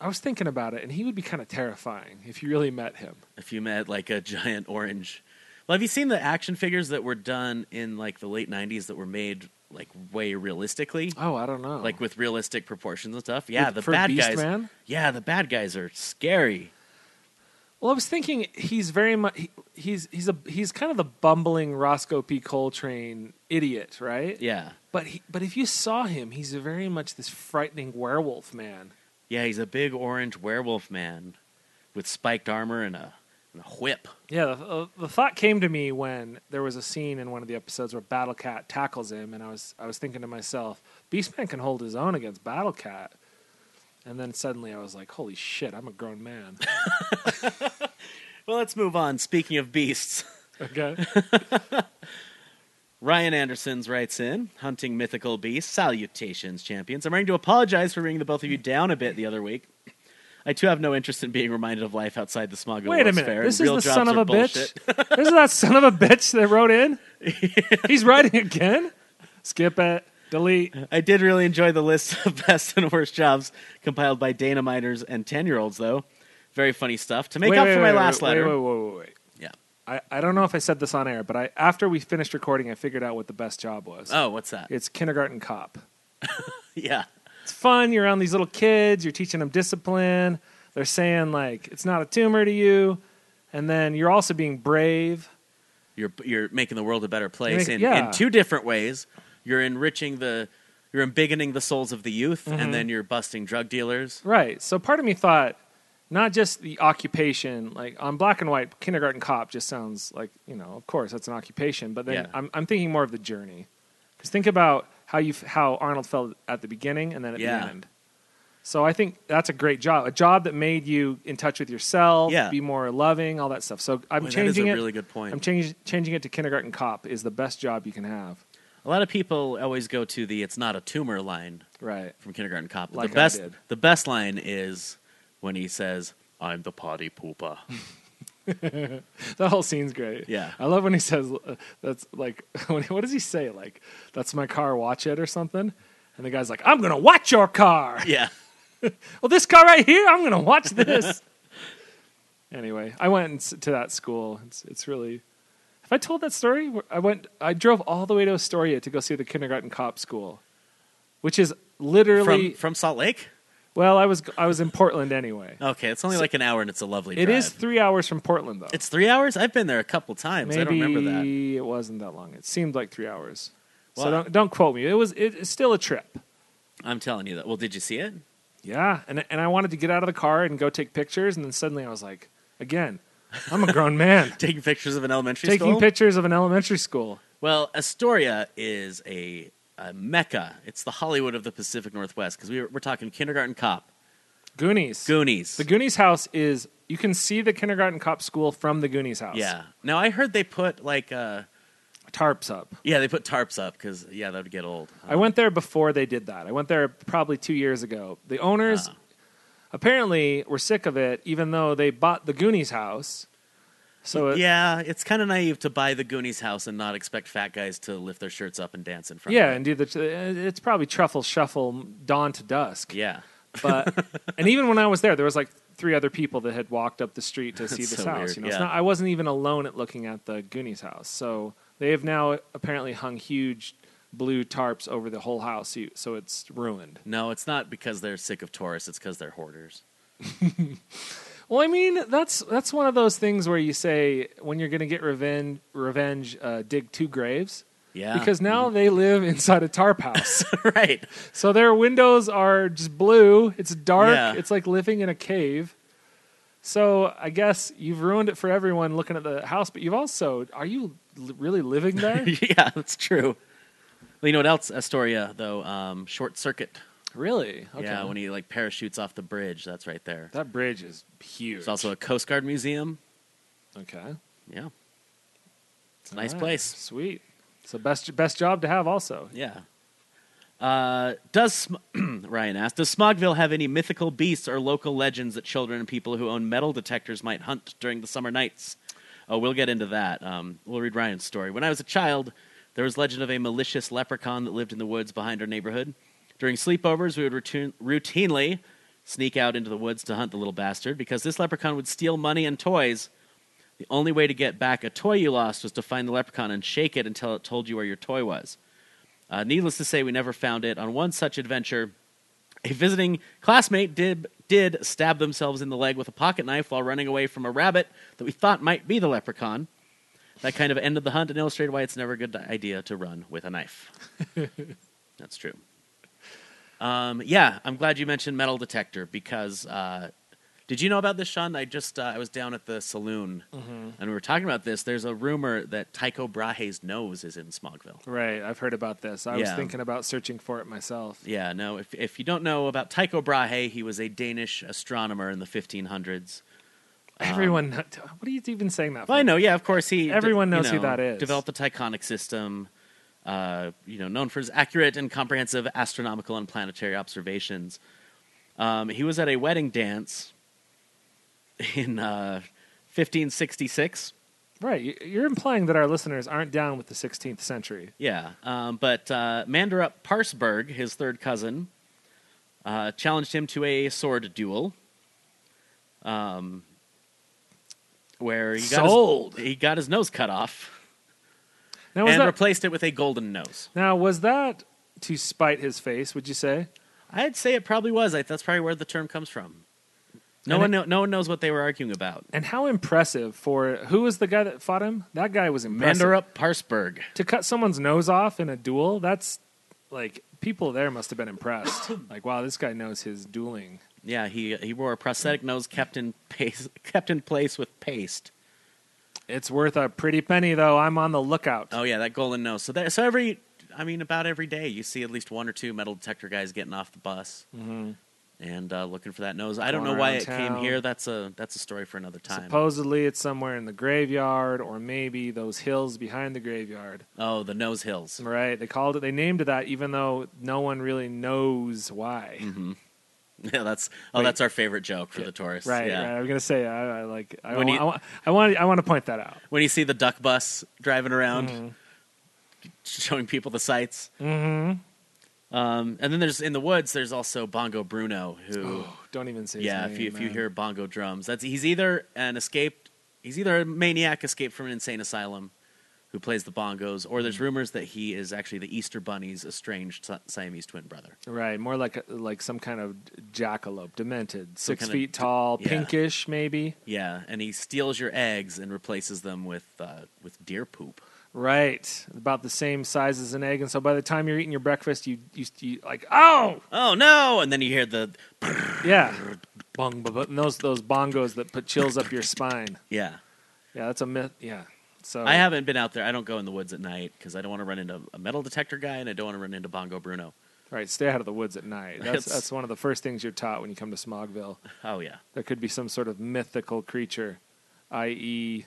I: I was thinking about it and he would be kind of terrifying if you really met him.
H: If you met like a giant orange. Well, have you seen the action figures that were done in like the late '90s that were made like way realistically?
I: Oh, I don't know.
H: Like with realistic proportions and stuff. Yeah,
I: With-
H: the
I: for
H: bad guys.
I: Beastman?
H: Yeah, the bad guys are scary.
I: Well, I was thinking he's very much he, he's he's a he's kind of the bumbling Roscoe P. Coltrane idiot, right?
H: Yeah.
I: But he, but if you saw him, he's very much this frightening werewolf man.
H: Yeah, he's a big orange werewolf man with spiked armor and a, and a whip.
I: Yeah, the, uh, the thought came to me when there was a scene in one of the episodes where Battle Cat tackles him, and I was I was thinking to myself, Beastman can hold his own against Battle Cat. And then suddenly I was like, holy shit, I'm a grown man.
H: Well, let's move on. Speaking of beasts,
I: okay.
H: Ryan Andersons writes in Hunting Mythical Beasts. Salutations, champions. I'm ready to apologize for bringing the both of you down a bit the other week. I too have no interest in being reminded of life outside the smog of
I: Wait a
H: World's
I: minute.
H: Fair,
I: This
H: and
I: is
H: real
I: the
H: jobs
I: son of
H: are
I: a
H: bullshit.
I: bitch. this is that son of a bitch that wrote in. He's writing again. Skip it. Delete.
H: I did really enjoy the list of best and worst jobs compiled by Dana Miners and 10 year olds, though. Very funny stuff. To make
I: wait,
H: up
I: wait,
H: for
I: wait,
H: my last
I: wait,
H: letter.
I: Wait, wait, wait, wait, wait.
H: Yeah.
I: I, I don't know if I said this on air, but I after we finished recording, I figured out what the best job was.
H: Oh, what's that?
I: It's kindergarten cop.
H: Yeah.
I: It's fun. You're around these little kids. You're teaching them discipline. They're saying like it's not a tumor to you, and then you're also being brave.
H: You're, you're making the world a better place
I: Make-
H: in,
I: yeah.
H: in two different ways. You're enriching the, you're embiggening the souls of the youth,
I: Mm-hmm.
H: and then you're busting drug dealers.
I: Right. So part of me thought not just the occupation, like on black and white, kindergarten cop just sounds like, you know, of course that's an occupation, but then
H: Yeah.
I: I'm, I'm thinking more of the journey. Because think about how you f- how Arnold felt at the beginning and then at
H: Yeah.
I: the end. So I think that's a great job, a job that made you in touch with yourself,
H: Yeah.
I: be more loving, all that stuff. So
H: Boy,
I: I'm
H: that is
I: changing
H: a
I: it.
H: really good point.
I: I'm changing changing it to kindergarten cop is the best job you can have.
H: A lot of people always go to the "it's not a tumor" line
I: Right.
H: from Kindergarten Cop. but
I: Like
H: the
I: I
H: best,
I: did.
H: the best line is when he says, "I'm the potty pooper."
I: That whole scene's great.
H: Yeah.
I: I love when he says, uh, that's like, when, what does he say? Like, that's my car, watch it or something. And the guy's like, I'm going to watch your car.
H: yeah,
I: Well, this car right here, I'm going to watch this. anyway, I went s- to that school. It's, it's really, have I told that story? I went, I drove all the way to Astoria to go see the kindergarten cop school, which is literally,
H: from from Salt Lake.
I: well, I was, I was in Portland anyway.
H: Okay, it's only like an hour, and it's a lovely.
I: It
H: drive.
I: is three hours from Portland though.
H: It's three hours. I've been there a couple times.
I: Maybe
H: I don't remember that.
I: it wasn't that long. It seemed like three hours.
H: Well,
I: so don't don't quote me. It was it, it's still a trip.
H: I'm telling you that. Well, did you see it?
I: Yeah, and and I wanted to get out of the car and go take pictures, and then suddenly I was like, again, I'm a grown man
H: Taking pictures of an elementary
I: taking
H: school.
I: pictures of an elementary school.
H: Well, Astoria is a, a mecca. It's the Hollywood of the Pacific Northwest because we were, we're talking Kindergarten Cop,
I: Goonies.
H: Goonies.
I: The Goonies house is you can see the kindergarten cop school from the Goonies house.
H: yeah. Now I heard they put like uh
I: tarps up.
H: yeah they put tarps up because yeah that would get old.
I: I went there before they did that. I went there probably two years ago. The owners
H: Uh-huh.
I: apparently were sick of it, even though they bought the Goonies house. So it,
H: Yeah, it's kind of naive to buy the Goonies house and not expect fat guys to lift their shirts up and dance in front.
I: Yeah,
H: of it.
I: and do the. uh, It's probably truffle shuffle dawn to dusk.
H: yeah.
I: But and even when I was there, there was like three other people that had walked up the street to see
H: That's
I: this
H: so
I: house.
H: weird,
I: You know, it's
H: yeah.
I: not, I wasn't even alone at looking at the Goonies house. So they have now apparently hung huge blue tarps over the whole house, so you- so it's ruined.
H: No, it's not because they're sick of tourists. It's because they're hoarders.
I: Well, I mean, that's that's one of those things where you say when you're going to get revenge, revenge, uh, dig two graves.
H: Yeah. Mm-hmm.
I: Because now they live inside a tarp house.
H: right.
I: So their windows are just blue. It's dark.
H: Yeah.
I: It's like living in a cave. So I guess you've ruined it for everyone looking at the house, but you've also are you l- really living there?
H: yeah, that's true. Well, you know what else? Astoria though, um, short circuit.
I: really? Okay.
H: Yeah, when he like parachutes off the bridge, that's right there.
I: that bridge is huge.
H: There's also a Coast Guard museum.
I: okay.
H: Yeah, it's a nice
I: All right.
H: place.
I: Sweet. So best best job to have also.
H: Yeah. Uh, does Sm- Ryan asked, does Smogville have any mythical beasts or local legends that children and people who own metal detectors might hunt during the summer nights? Oh, we'll get into that. Um, we'll read Ryan's story. When I was a child, there was legend of a malicious leprechaun that lived in the woods behind our neighborhood. During sleepovers, we would routine- routinely sneak out into the woods to hunt the little bastard because this leprechaun would steal money and toys. The only way to get back a toy you lost was to find the leprechaun and shake it until it told you where your toy was. Uh, needless to say, we never found it. On one such adventure, a visiting classmate did did stab themselves in the leg with a pocket knife while running away from a rabbit that we thought might be the leprechaun. That kind of ended the hunt and illustrated why it's never a good idea to run with a knife. That's true. Um, yeah, I'm glad you mentioned metal detector because uh, did you know about this, Sean? I just uh, I was down at the saloon and we were talking about this. There's a rumor that Tycho Brahe's nose is in Smogville.
I: Right, I've heard about this. I was
H: Yeah.
I: thinking about searching for it myself.
H: Yeah, no. If if you don't know about Tycho Brahe, he was a Danish astronomer in the 1500ds.
I: Everyone, kn- what are you even saying that for?
H: Well, I know. Yeah, of course he.
I: Everyone
H: you
I: knows who
H: know,
I: that is.
H: Developed the Tychonic system. Uh, you know, known for his accurate and comprehensive astronomical and planetary observations. Um, he was at a wedding dance in uh, 1566.
I: Right, you- you're implying that our listeners aren't down with the 16th century.
H: Yeah, um, but uh, Mandarup Parsberg, his third cousin, uh, challenged him to a sword duel. Um, where he got
I: Sold.
H: His, he got his nose cut off
I: Now was
H: and
I: that
H: replaced it with a golden nose.
I: now was that to spite his face? Would you say?
H: I'd say it probably was. I, that's probably where the term comes from. No
I: And
H: one,
I: it-
H: know, no one knows what they were arguing about.
I: And how impressive for who was the guy that fought him? That guy was impressive.
H: Mandarup Parsberg.
I: to cut someone's nose off in a duel, that's like people there must have been impressed. like, wow, this guy knows his dueling.
H: Yeah, he he wore a prosthetic nose kept in pace, kept in place with paste.
I: It's worth a pretty penny, though. I'm on the lookout.
H: Oh yeah, that golden nose. So that, so every, I mean, about every day you see at least one or two metal detector guys getting off the bus and uh, looking for that nose. I don't
I: Mm-hmm. Going
H: know why
I: around
H: it came
I: town.
H: here. That's a that's a story for another time.
I: Supposedly, it's somewhere in the graveyard, or maybe those hills behind the graveyard.
H: oh, the nose hills.
I: Right? They called it. They named it that, even though no one really knows why.
H: Mm-hmm. Yeah, that's oh, that's our favorite joke for the tourists.
I: Right?
H: yeah.
I: Right. I'm gonna say I, I like. I,
H: When
I: wa-
H: you-
I: I, wa- I want. I want to point that out.
H: when you see the duck bus driving around
I: Mm-hmm.
H: showing people the sights. Mm-hmm. Um, and then there's in the woods. There's also Bongo Bruno,
I: Oh.
H: who
I: Don't even say. his
H: yeah, if
I: name,
H: you if you
I: man.
H: hear bongo drums, that's he's either an escaped, he's either a maniac escaped from an insane asylum, who plays the bongos, or
I: Hmm.
H: there's rumors that he is actually the Easter Bunny's estranged Si- Siamese twin brother.
I: Right, more like a, like some kind of jackalope, demented,
H: Some
I: six
H: kind of
I: feet
H: d-
I: tall,
H: yeah.
I: pinkish maybe.
H: Yeah, and he steals your eggs and replaces them with uh, with deer poop.
I: Right, about the same size as an egg, and so by the time you're eating your breakfast, you you, you like oh
H: Oh no! And then you hear the
I: yeah, bong, bu- bu- and those those bongos that put chills up your spine.
H: yeah.
I: Yeah, that's a myth. Yeah, so
H: I haven't been out there. I don't go in the woods at night because I don't want to run into a metal detector guy and I don't want to run into Bongo Bruno.
I: right, stay out of the woods at night. That's
H: It's-
I: that's one of the first things you're taught when you come to Smogville.
H: Oh yeah,
I: There could be some sort of mythical creature, i.e.,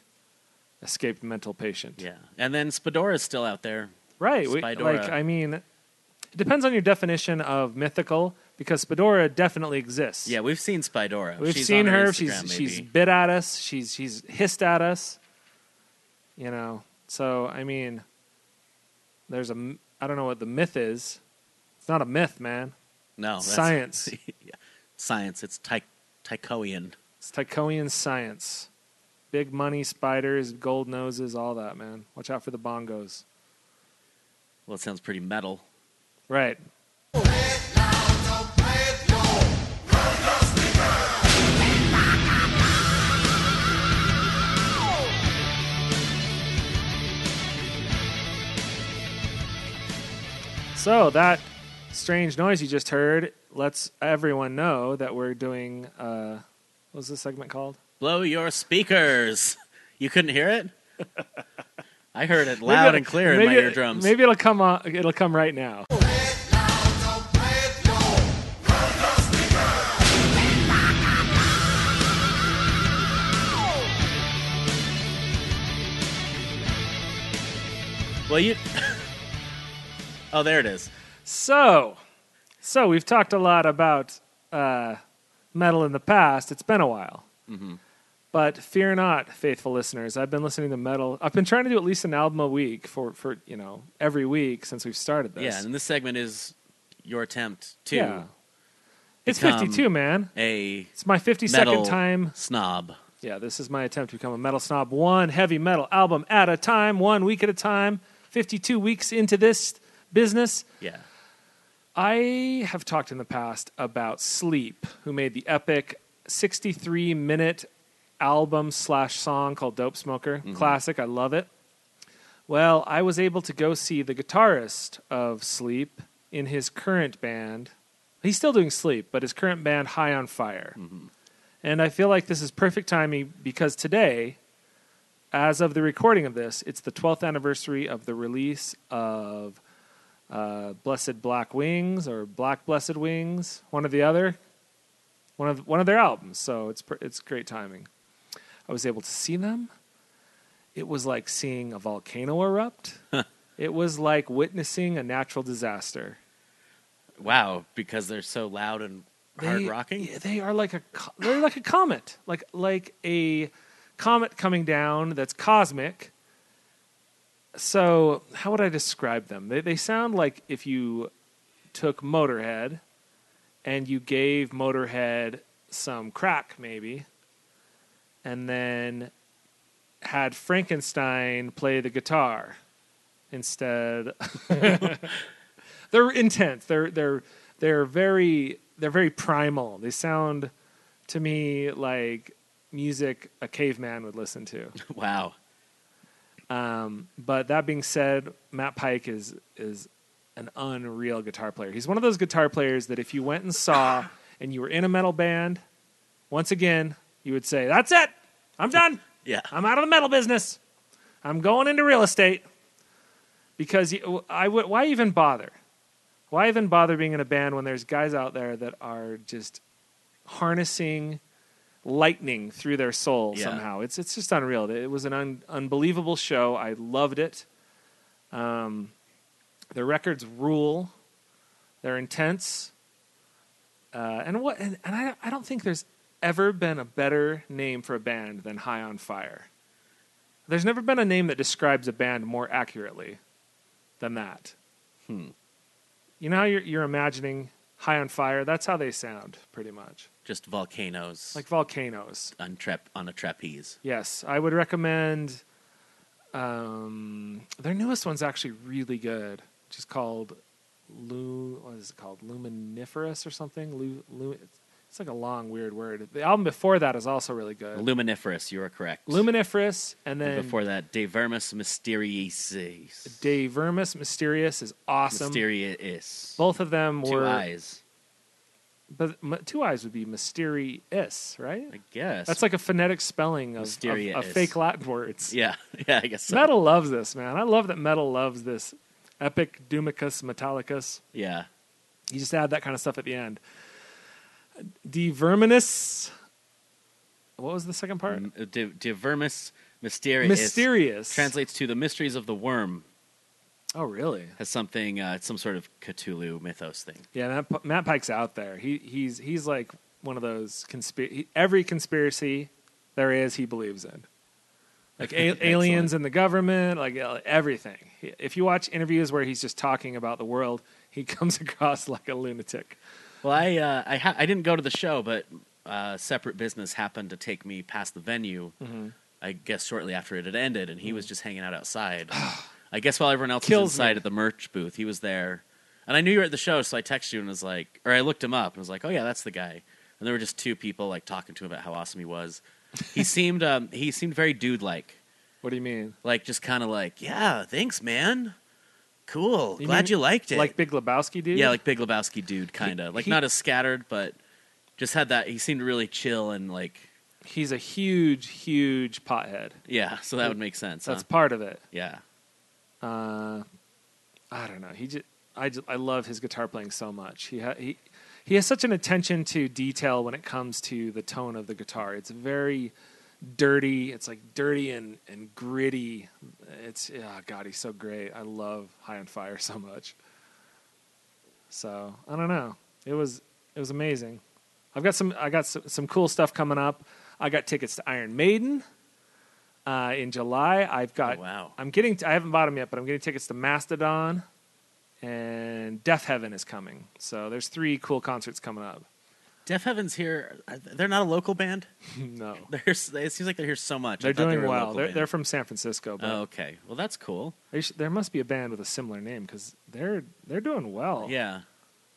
I: escaped mental patient.
H: yeah. And then Speedora's still out there.
I: Right. We,
H: Spidora.
I: like, I mean, it depends on your definition of mythical because Spidora definitely exists.
H: Yeah, we've seen Spidora.
I: We've
H: She's
I: seen
H: on
I: her.
H: Instagram,
I: she's
H: maybe.
I: she's bit at us. She's she's hissed at us. You know. So I mean, there's a m- I don't know what the myth is. It's not a myth, man.
H: no Oh, that's-
I: science.
H: Science. It's ty- Tychoian.
I: It's Tychoian science. Big money, spiders, gold noses, all that, man. Watch out for the bongos.
H: Well, it sounds pretty metal.
I: Right. So that strange noise you just heard lets everyone know that we're doing. Uh, what was this segment called?
H: Blow your speakers. You couldn't hear it. I heard it
I: Maybe
H: loud
I: it-
H: and clear in
I: maybe
H: my
I: it-
H: eardrums.
I: Maybe it'll come. On, it'll come right now.
H: Well, you. oh, there it is.
I: So, so we've talked a lot about uh, metal in the past. It's been a while,
H: Mm-hmm.
I: but fear not, faithful listeners. I've been listening to metal. I've been trying to do at least an album a week for for you know every week since we've started this.
H: Yeah, and this segment is your attempt to
I: Yeah. It's
H: become-
I: fifty two, man.
H: a
I: It's my fifty second
H: metal
I: time.
H: snob.
I: Yeah, this is my attempt to become a metal snob. One heavy metal album at a time, one week at a time. Fifty two weeks into this business.
H: Yeah.
I: I have talked in the past about Sleep, who made the epic 63 minute album slash song called Dope Smoker. Classic. I love it. Well, I was able to go see the guitarist of Sleep in his current band. He's still doing Sleep, but his current band, High on Fire. And I feel like this is perfect timing because today, as of the recording of this, it's the 12th anniversary of the release of uh, Blessed Black Wings or Black Blessed Wings, one or the other, one of one of their albums. So it's pr- it's great timing. I was able to see them. It was like seeing a volcano erupt. it was like witnessing a natural disaster.
H: Wow, because they're so loud and hard
I: They-
H: rocking.
I: yeah, They are like a co- they're like a comet, like like a comet coming down that's cosmic. So how would I describe them? They they sound like if you took Motorhead and you gave Motorhead some crack maybe, and then had Frankenstein play the guitar instead they're intense. They're they're they're very they're very primal. They sound to me like music a caveman would listen to.
H: Wow.
I: Um, but that being said, Matt Pike is is an unreal guitar player. He's one of those guitar players that if you went and saw and you were in a metal band, once again you would say, "That's it, I'm done."
H: Yeah.
I: I'm out of the metal business. I'm going into real estate because you, I would. Why even bother? Why even bother being in a band when there's guys out there that are just harnessing lightning through their soul
H: Yeah.
I: somehow? It's it's just unreal. It was an un, unbelievable show. I loved it. Um, their records rule. They're intense. Uh, and what? And, and I, I don't think there's ever been a better name for a band than High on Fire. There's never been a name that describes a band more accurately than that. You know how you're, you're imagining High on Fire? That's how they sound, pretty much.
H: Just volcanoes,
I: Like volcanoes.
H: on, tra- on a trapeze.
I: Yes, I would recommend. Um, their newest one's actually really good, which is called Lu. What is it called? Luminiferous or something? Lu, lu, it's like a long, weird word. The album before that is also really good.
H: Luminiferous. You are correct.
I: Luminiferous,
H: And
I: and then
H: before that, De Vermis Mysteriis.
I: De Vermis Mysterious is awesome.
H: Mysteriis.
I: Both of them
H: Two
I: were,
H: eyes.
I: but m- two eyes would be mysterious, right?
H: I guess.
I: That's like a phonetic spelling of, of, of
H: Mysterious.
I: fake Latin words.
H: Yeah. Yeah. I guess. So.
I: Metal loves this, man. I love that metal loves this epic Dumicus Metallicus.
H: Yeah.
I: You just add that kind of stuff at the end. De Verminus. What was the second part?
H: M- uh, De, De Vermis Mysteriis.
I: Mysterious.
H: Translates to the mysteries of the worm.
I: oh, really?
H: Has something, uh, some sort of Cthulhu mythos thing.
I: Yeah, Matt, P- Matt Pike's out there. He he's he's like one of those conspiracy. Every conspiracy there is, he believes in. Like a- aliens and the government, like uh, everything. He- If you watch interviews where he's just talking about the world, he comes across like a lunatic.
H: Well, I uh, I, ha- I didn't go to the show, but uh, separate business happened to take me past the venue.
I: Mm-hmm.
H: I guess shortly after it had ended, and he was just hanging out outside. I guess while everyone else
I: Kills
H: was inside
I: me.
H: at the merch booth, he was there, and I knew you were at the show, so I texted you and was like, or I looked him up and was like, oh yeah, that's the guy. And there were just two people like talking to him about how awesome he was. He seemed um, he seemed very dude like,
I: What do you mean?
H: like just kind of like, yeah, thanks, man, cool,
I: You
H: glad
I: mean
H: you liked it,
I: Like Big Lebowski, dude.
H: yeah, like Big Lebowski dude, kind of like
I: he-
H: not as scattered, but just had that. He seemed really chill and like
I: he's a huge, huge pothead.
H: yeah. So that would make sense.
I: That's
H: huh?
I: part of it.
H: yeah.
I: uh, I don't know. He just, I just, I love his guitar playing so much. He ha- he he has such an attention to detail when it comes to the tone of the guitar. It's very dirty. It's like dirty and and gritty. It's oh god, he's so great. I love High on Fire so much. So I don't know. It was it was amazing. I've got some I got some, some cool stuff coming up. I got tickets to Iron Maiden uh, in July. I've got
H: Oh, wow.
I: I'm getting I haven't bought them yet, but I'm getting tickets to Mastodon and Death Heaven is coming. So there's three cool concerts coming up.
H: Def Heaven's here. They're not a local band.
I: no.
H: They're, it seems like they're here so much. I
I: They're
H: thought they were
I: doing
H: a
I: well.
H: local
I: They're,
H: band.
I: they're from San Francisco, but
H: Oh, okay. Well, that's cool. Oh.
I: they sh- there must be a band with a similar name because they're they're doing well.
H: Yeah.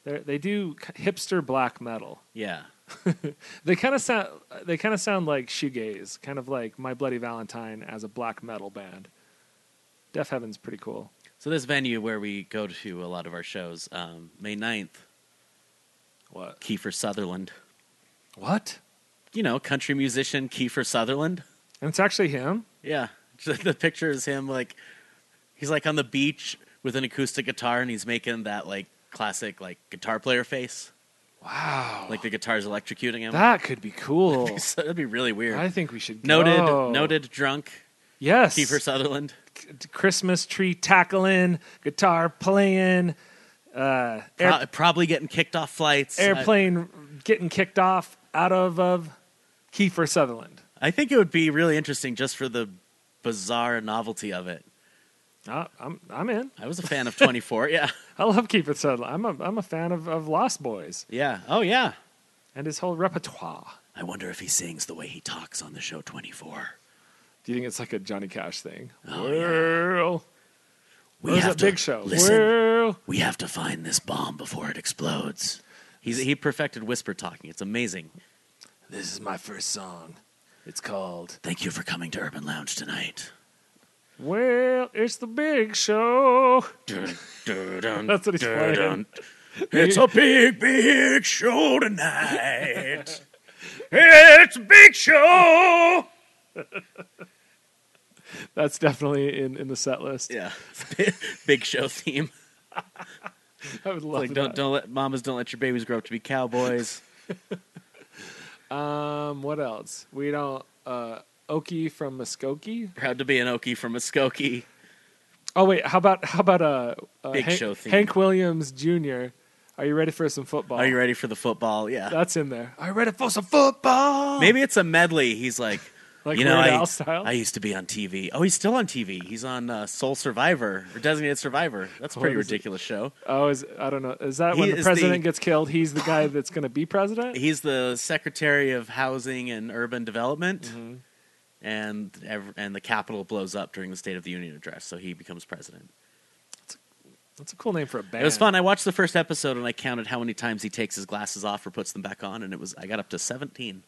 I: They're, they do k- hipster black metal.
H: Yeah.
I: They kind of sound they kind of sound like shoegaze, kind of like My Bloody Valentine as a black metal band. Deaf Heaven's pretty cool.
H: So this venue where we go to a lot of our shows, um, May 9th,
I: What?
H: Kiefer Sutherland.
I: What?
H: You know, country musician Kiefer Sutherland.
I: And it's actually him.
H: Yeah. The picture is him like he's like on the beach with an acoustic guitar and he's making that like classic like guitar player face.
I: Wow.
H: Like the guitar's electrocuting him.
I: That could be cool.
H: So That'd be really weird.
I: I think we should
H: noted
I: go.
H: noted drunk
I: Yes.
H: Kiefer Sutherland.
I: Christmas tree tackling, guitar playing, uh, air-
H: Pro- probably getting kicked off flights. I-
I: airplane getting kicked off out of of Kiefer Sutherland.
H: I think it would be really interesting just for the bizarre novelty of it.
I: Uh, I'm I'm in.
H: I was a fan of 24. yeah.
I: I love Kiefer Sutherland. I'm a I'm a fan of, of Lost Boys
H: Yeah. Oh, yeah.
I: and his whole repertoire.
H: I wonder if he sings the way he talks on the show 24.
I: Do you think it's like a Johnny Cash thing? well,
H: Oh, We
I: where's
H: have
I: that
H: to-
I: big show?
H: Listen,
I: Well,
H: we have to find this bomb before it explodes. He's, he perfected whisper talking. It's amazing.
I: this is my first song. It's called
H: Thank you for coming to Urban Lounge tonight.
I: Well, it's the big show.
H: Dun, dun, dun,
I: That's what he's
H: dun,
I: playing.
H: dun. It's a big, big show tonight. it's a big show.
I: That's definitely in, in the set list.
H: Yeah, big show theme.
I: I would love
H: Like don't
I: that.
H: don't let mamas don't let your babies grow up to be cowboys.
I: Um, what else? We don't. Uh, Okie from Muskokie.
H: Proud to be an Okie from Muskogee.
I: Oh wait, how about how about uh, uh
H: Big
I: Hank,
H: show theme.
I: Hank Williams Jr. Are you ready for some football?
H: Are you ready for the football? Yeah.
I: That's in there. Are you ready for some football?
H: Maybe it's a medley. He's like,
I: Like
H: you know,
I: Weird
H: I,
I: Al style?
H: I used to be on TV. Oh, he's still on TV. He's on uh, Soul Survivor or Designated Survivor. That's a pretty
I: What is it?
H: ridiculous show.
I: Oh, is I don't know. Is that
H: He
I: when the
H: is
I: president
H: the-
I: gets killed? He's the guy that's going to be president.
H: He's the Secretary of Housing and Urban Development, and ev- and the Capitol blows up during the State of the Union address, so he becomes president.
I: That's a cool name for a band.
H: It was fun. I watched the first episode and I counted how many times he takes his glasses off or puts them back on, and it was I got up to seventeen.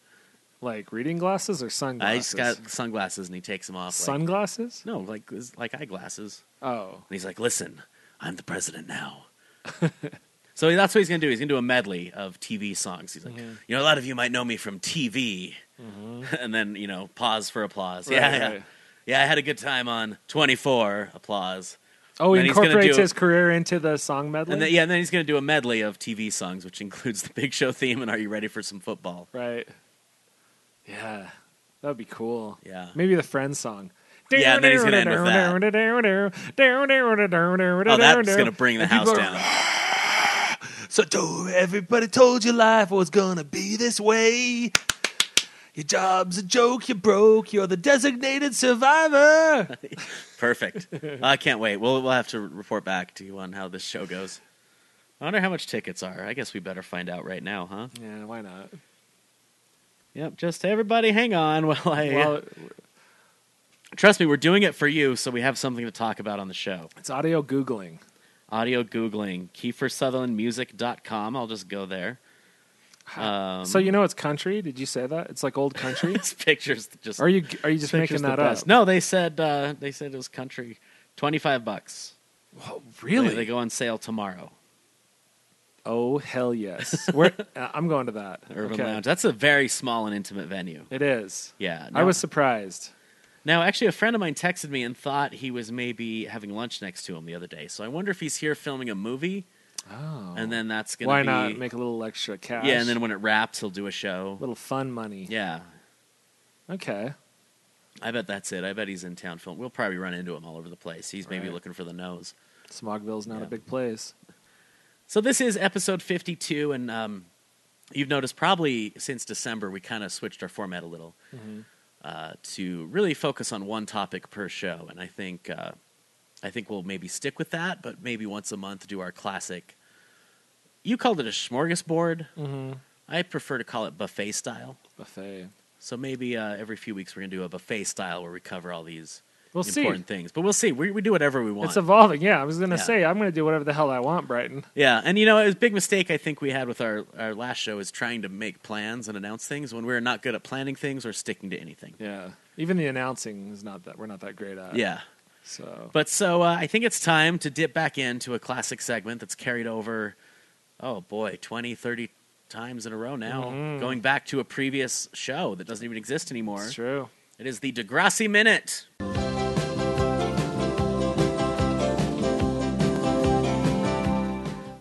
I: Like reading glasses or
H: I
I: sunglasses.
H: just got sunglasses and he takes them off. like-
I: sunglasses.
H: no, like like eyeglasses.
I: Oh,
H: And he's like, listen, I'm the president now. so that's what he's going to do. He's going to do a medley of TV songs. He's like,
I: Mm-hmm.
H: you know, a lot of you might know me from TV. and then, you know, pause for applause. yeah,
I: Right,
H: yeah.
I: right.
H: Yeah, I had a good time on 24, applause.
I: oh, he
H: Then he's gonna
I: incorporates
H: do-
I: his career into the song medley.
H: And then, yeah, and then he's going to do a medley of TV songs, which includes the Big Show theme and Are You Ready for Some Football?
I: Right. Yeah. That'd be cool.
H: Yeah.
I: Maybe the Friends song.
H: Yeah, and then he's gonna end with Oh, that's going to bring the
I: And
H: house
I: people are-
H: down.
I: So do- everybody told you life was gonna be this way. Your job's a joke, you're broke, you're the designated survivor.
H: Perfect. I can't wait. We'll, we'll have to report back to you on how this show goes. I wonder how much tickets are. I guess we better find out right now, huh?
I: yeah, why not?
H: Yep, just everybody hang on while I.
I: Well,
H: Trust me, we're doing it for you, so we have something to talk about on the show.
I: it's audio Googling.
H: Audio Googling, KieferSutherlandMusic.com. I'll just go there. Um,
I: so you know it's country? Did you say that? It's like old country?
H: His pictures just.
I: are you are you just
H: pictures
I: making
H: the
I: that
H: best.
I: up?
H: No, they said, uh, they said it was country. 25 bucks.
I: Whoa,
H: They, they go on sale tomorrow.
I: Oh hell yes! We're, uh, I'm going to that.
H: Urban
I: Okay.
H: Lounge. That's a very small and intimate venue.
I: It is.
H: Yeah.
I: I
H: no-
I: was surprised.
H: Now, actually, a friend of mine texted me and thought he was maybe having lunch next to him the other day. So I wonder if he's here filming a movie,
I: Oh,
H: and then that's going to
I: why
H: be
I: not make a little extra cash?
H: yeah, and then when it wraps, he'll do a show.
I: little fun money.
H: Yeah,
I: Okay.
H: I bet that's it. I bet he's in town film. We'll probably run into him all over the place. He's maybe
I: Right.
H: looking for the nose.
I: Smogville's not
H: Yeah.
I: a big place.
H: So this is episode fifty-two, and um, you've noticed probably since December we kind of switched our format a little
I: Mm-hmm.
H: uh, to really focus on one topic per show, and I think uh, I think we'll maybe stick with that, but maybe once a month do our classic. You called it a smorgasbord.
I: Mm-hmm.
H: I prefer to call it buffet style.
I: Buffet.
H: So maybe uh, every few weeks we're gonna do a buffet style where we cover all these
I: We'll see.
H: important things. But we'll see. We, we do whatever we want.
I: It's evolving. Yeah, I was gonna
H: Yeah.
I: say I'm gonna do whatever the hell I want, Brighton.
H: yeah, and you know, it was a big mistake I think we had with our, our last show is trying to make plans and announce things when we're not good at planning things or sticking to anything.
I: Yeah. Even the announcing is not that we're not that great at.
H: Yeah.
I: So
H: But so uh, I think it's time to dip back into a classic segment that's carried over, oh boy, 20, 30 times in a row now, going back to a previous show that doesn't even exist anymore.
I: it's true.
H: It is the Degrassi Minute.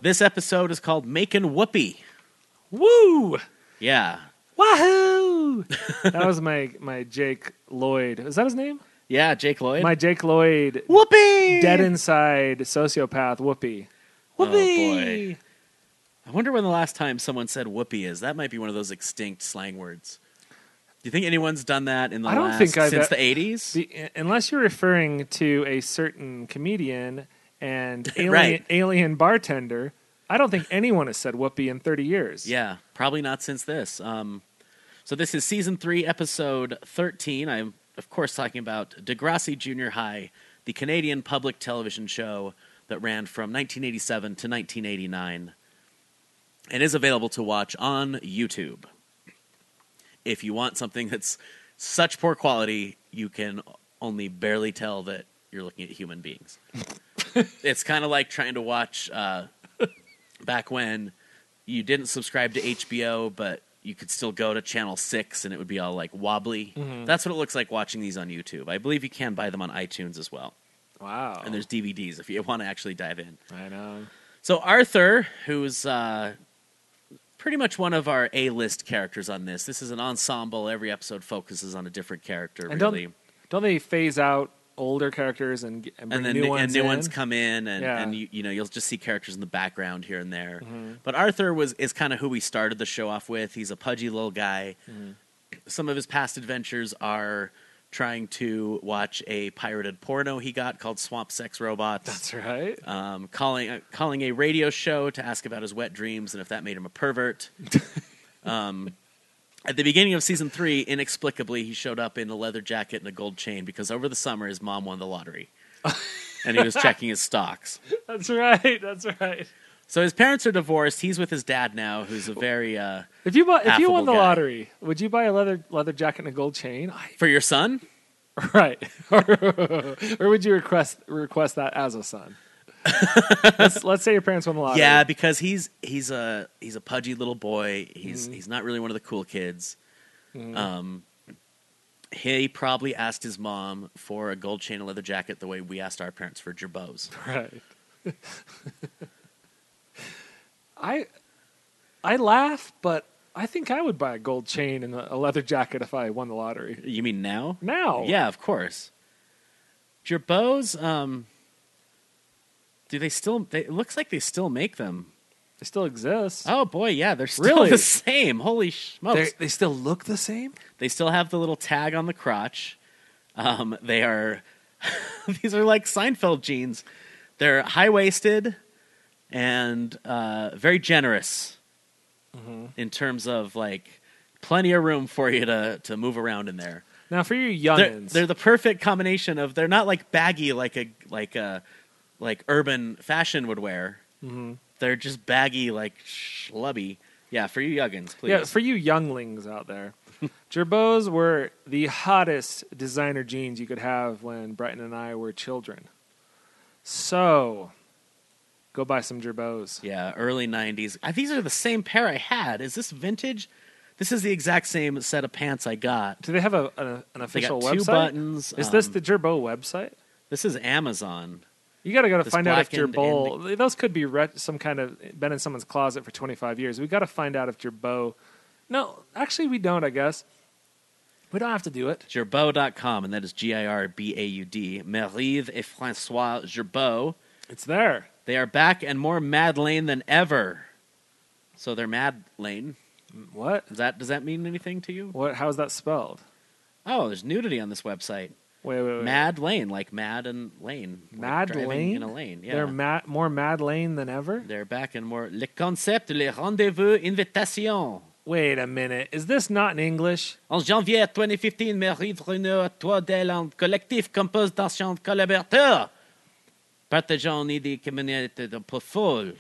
H: This episode is called Making Whoopee.
I: Woo!
H: Yeah.
I: Wahoo! that was my my Jake Lloyd. Is that his name?
H: Yeah, Jake Lloyd.
I: My Jake Lloyd
H: whoopee!
I: dead inside sociopath whoopee.
H: Whoopee! I wonder when the last time someone said whoopee is. That might be one of those extinct slang words. Do you think anyone's done that in the
I: I don't
H: last
I: think I've
H: since
I: e-
H: the eighties?
I: The, unless you're referring to a certain comedian and alien,
H: Right.
I: alien bartender, I don't think anyone has said whoopee in 30 years.
H: Yeah, probably not since this. Um, so this is season three, episode thirteen. I'm of course talking about Degrassi Junior High, the Canadian public television show that ran from 1987 to 1989, and is available to watch on YouTube. If you want something that's such poor quality, you can only barely tell that you're looking at human beings. it's kind of like trying to watch uh, back when you didn't subscribe to HBO, but you could still go to channel six and it would be all like wobbly.
I: Mm-hmm.
H: That's what it looks like watching these on YouTube. I believe you can buy them on iTunes as well.
I: Wow.
H: And there's DVDs if you want to actually dive in.
I: I know.
H: So Arthur, who's uh, pretty much one of our A-list characters on this, this is an ensemble. Every episode focuses on a different character,
I: And
H: really.
I: don't, don't they phase out older characters and, g- and bring
H: and then
I: new
H: new-
I: ones
H: and new
I: in?
H: ones come in, and,
I: Yeah. Mm-hmm.
H: and you, you know you'll just see characters in the background here and there. But Arthur was is kind of who we started the show off with. He's a pudgy little guy.
I: Mm-hmm.
H: Some of his past adventures are trying to watch a pirated porno he got called Swamp Sex Robots.
I: That's right.
H: um, calling uh, calling a radio show to ask about his wet dreams and if that made him a pervert. um, at the beginning of season three, inexplicably, he showed up in a leather jacket and a gold chain because over the summer his mom won the lottery, and he was checking his stocks.
I: That's right. That's right.
H: So his parents are divorced. He's with his dad now, who's a very uh,
I: If you bought, if you won
H: Affable
I: the
H: guy.
I: lottery, would you buy a leather leather jacket and a gold chain? I,
H: for your son.
I: right. or would you request request that as a son? let's, let's say your parents won the lottery.
H: Yeah, because he's he's a he's a pudgy little boy. He's he's not really one of the cool kids. Um, he probably asked his mom for a gold chain and leather jacket the way we asked our parents for jerboas.
I: Right. I I laugh, but I think I would buy a gold chain and a a leather jacket if I won the lottery.
H: You mean now?
I: Now,
H: Yeah, of course. Jerboas. Um, do they still? They, it looks like they still make them.
I: they still exist.
H: Oh boy, yeah, they're still
I: Really?
H: the same. Holy smokes!
I: They- they still look the same.
H: They still have the little tag on the crotch. Um, they are these are like Seinfeld jeans. They're high waisted and uh, very generous in terms of like plenty of room for you to to move around in there.
I: Now, for you
H: They're,
I: youngins,
H: they're the perfect combination of they're not like baggy like a like a like urban fashion would wear. They're just baggy like schlubby. Yeah, for you youngins, please.
I: yeah, for you younglings out there, Jerbo's were the hottest designer jeans you could have when Breton and I were children. So, go buy some Jerbo's.
H: Yeah, early '90s. Uh, These are the same pair I had. Is this vintage? This is the exact same set of pants I got.
I: Do they have a, a- an
H: They
I: official
H: got two
I: website?
H: buttons.
I: Is this
H: um,
I: the Jerbo website?
H: This is Amazon.
I: You gotta go to
H: This
I: find out if
H: blackened
I: Jerbo. those could be ret- some kind of been in someone's closet for 25 years. We gotta find out if Jerbo. No, actually, we don't. I guess we don't have to do it.
H: Gerbeau.com, and that is G-I-R-B-A-U-D. Marie et Francois Gerbeau.
I: It's there.
H: They are back and more Mad Lane than ever. So they're Mad Lane.
I: What?
H: Does that does that mean anything to you?
I: What? How is that spelled?
H: Oh, there's nudity on this website.
I: Wait, wait, wait.
H: Mad Lane, like Mad and Lane. like
I: Oh, Mad
H: driving
I: Lane?
H: in a lane. Yeah.
I: They're ma- more Mad Lane than ever.
H: They're back in more. Le concept, le rendezvous, invitation.
I: Wait a minute. Is this not in English?
H: En janvier 2015, Marie Renault, toi d'elle, un collectif composé d'anciens collaborateurs, partageant une idée communauté de profil.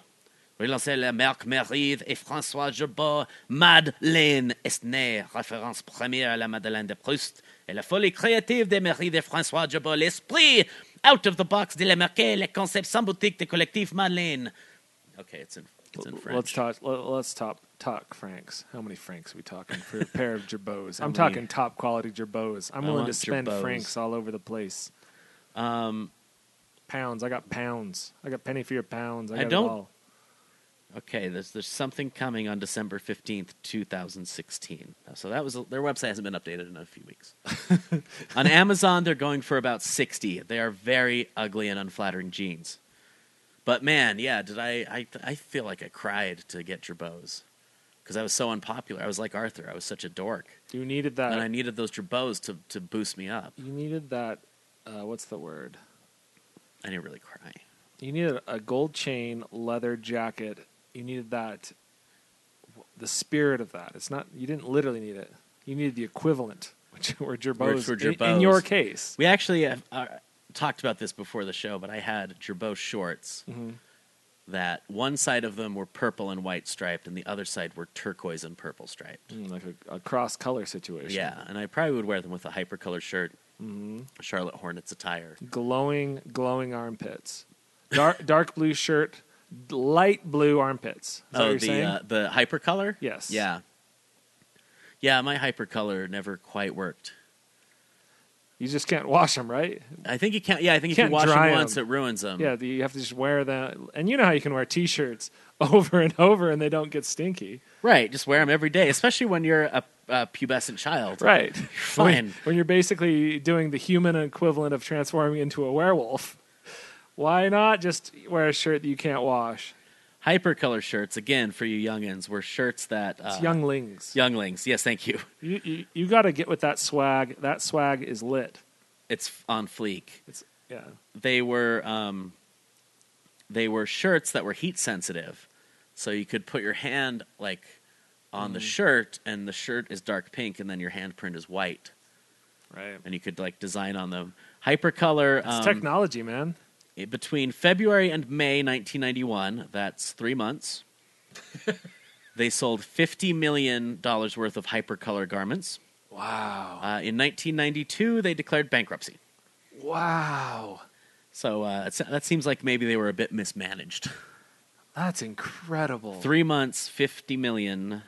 H: Relancez la marque Merive et François Jobot, Madeleine Esner, référence première à la Madeleine de Proust, et la folie créative des Merive et François Jobot, l'esprit out of the box de la marque, les concepts sans boutique des collectifs Madeleine. Okay, it's in, it's in French.
I: Let's talk. Let, us talk. Talk francs. How many francs are we talking for a pair of gerbots? I'm talking top quality gerbots. I'm
H: I
I: willing
H: want
I: to spend
H: gerbots.
I: francs all over the place.
H: Um,
I: Pounds. I got pounds. I got penny for your pounds. I,
H: I
I: got it
H: don't-
I: all.
H: Okay, there's there's something coming on December fifteenth, two thousand sixteen. So that was their website hasn't been updated in a few weeks. on Amazon, they're going for about sixty. They are very ugly and unflattering jeans. But man, yeah, did I I I feel like I cried to get Jerbo's because I was so unpopular. I was like Arthur. I was such a dork,
I: You needed that.
H: and I needed those Jerbo's to to boost me up.
I: you needed that. Uh, what's the word?
H: I didn't really cry.
I: You needed a gold chain, leather jacket. You needed that. The spirit of that. It's not. You didn't literally need it. You needed the equivalent, which were gerbots.
H: were
I: in- In,
H: gerbots.
I: your case,
H: We actually uh, uh, talked about this before the show, but I had Gerbo shorts
I: Mm-hmm.
H: that one side of them were purple and white striped, and the other side were turquoise and purple striped.
I: Mm, like a, a cross color situation.
H: Yeah, and I probably would wear them with a hypercolor shirt,
I: Mm-hmm.
H: Charlotte Hornets attire.
I: glowing, glowing armpits. Dark, dark blue shirt, d- light blue armpits. Is that what
H: oh,
I: you're
H: the
I: saying?
H: uh, the hypercolor.
I: Yes.
H: Yeah. Yeah, my hypercolor never quite worked.
I: you just can't wash them, right?
H: I think you can't. Yeah, I think if you
I: Can't
H: wash them
I: dry
H: once,
I: 'em.
H: it ruins them.
I: yeah, the, you have to just wear them. And you know how you can wear t-shirts over and over, and they don't get stinky,
H: Right. Just wear them every day, especially when you're a, a pubescent child.
I: right?
H: fine.
I: When, when you're basically doing the human equivalent of transforming into a werewolf, why not just wear a shirt that you can't wash?
H: Hypercolor shirts, again, for you youngins, were shirts that uh,
I: It's younglings.
H: younglings. Yes, thank you.
I: You, you, you got to get with that swag. That swag is lit.
H: It's on fleek.
I: It's yeah.
H: They were um, they were shirts that were heat sensitive, so you could put your hand like on the shirt, and the shirt is dark pink, and then your handprint is white,
I: Right.
H: and you could like design on them. Hypercolor
I: It's
H: um,
I: technology, man.
H: between February and May 1991. That's three months. they sold fifty million dollars worth of hypercolor garments.
I: Wow.
H: Uh, in 1992, they declared bankruptcy.
I: Wow.
H: So uh, it's- that seems like maybe they were a bit mismanaged.
I: That's incredible.
H: Three months, 50 million.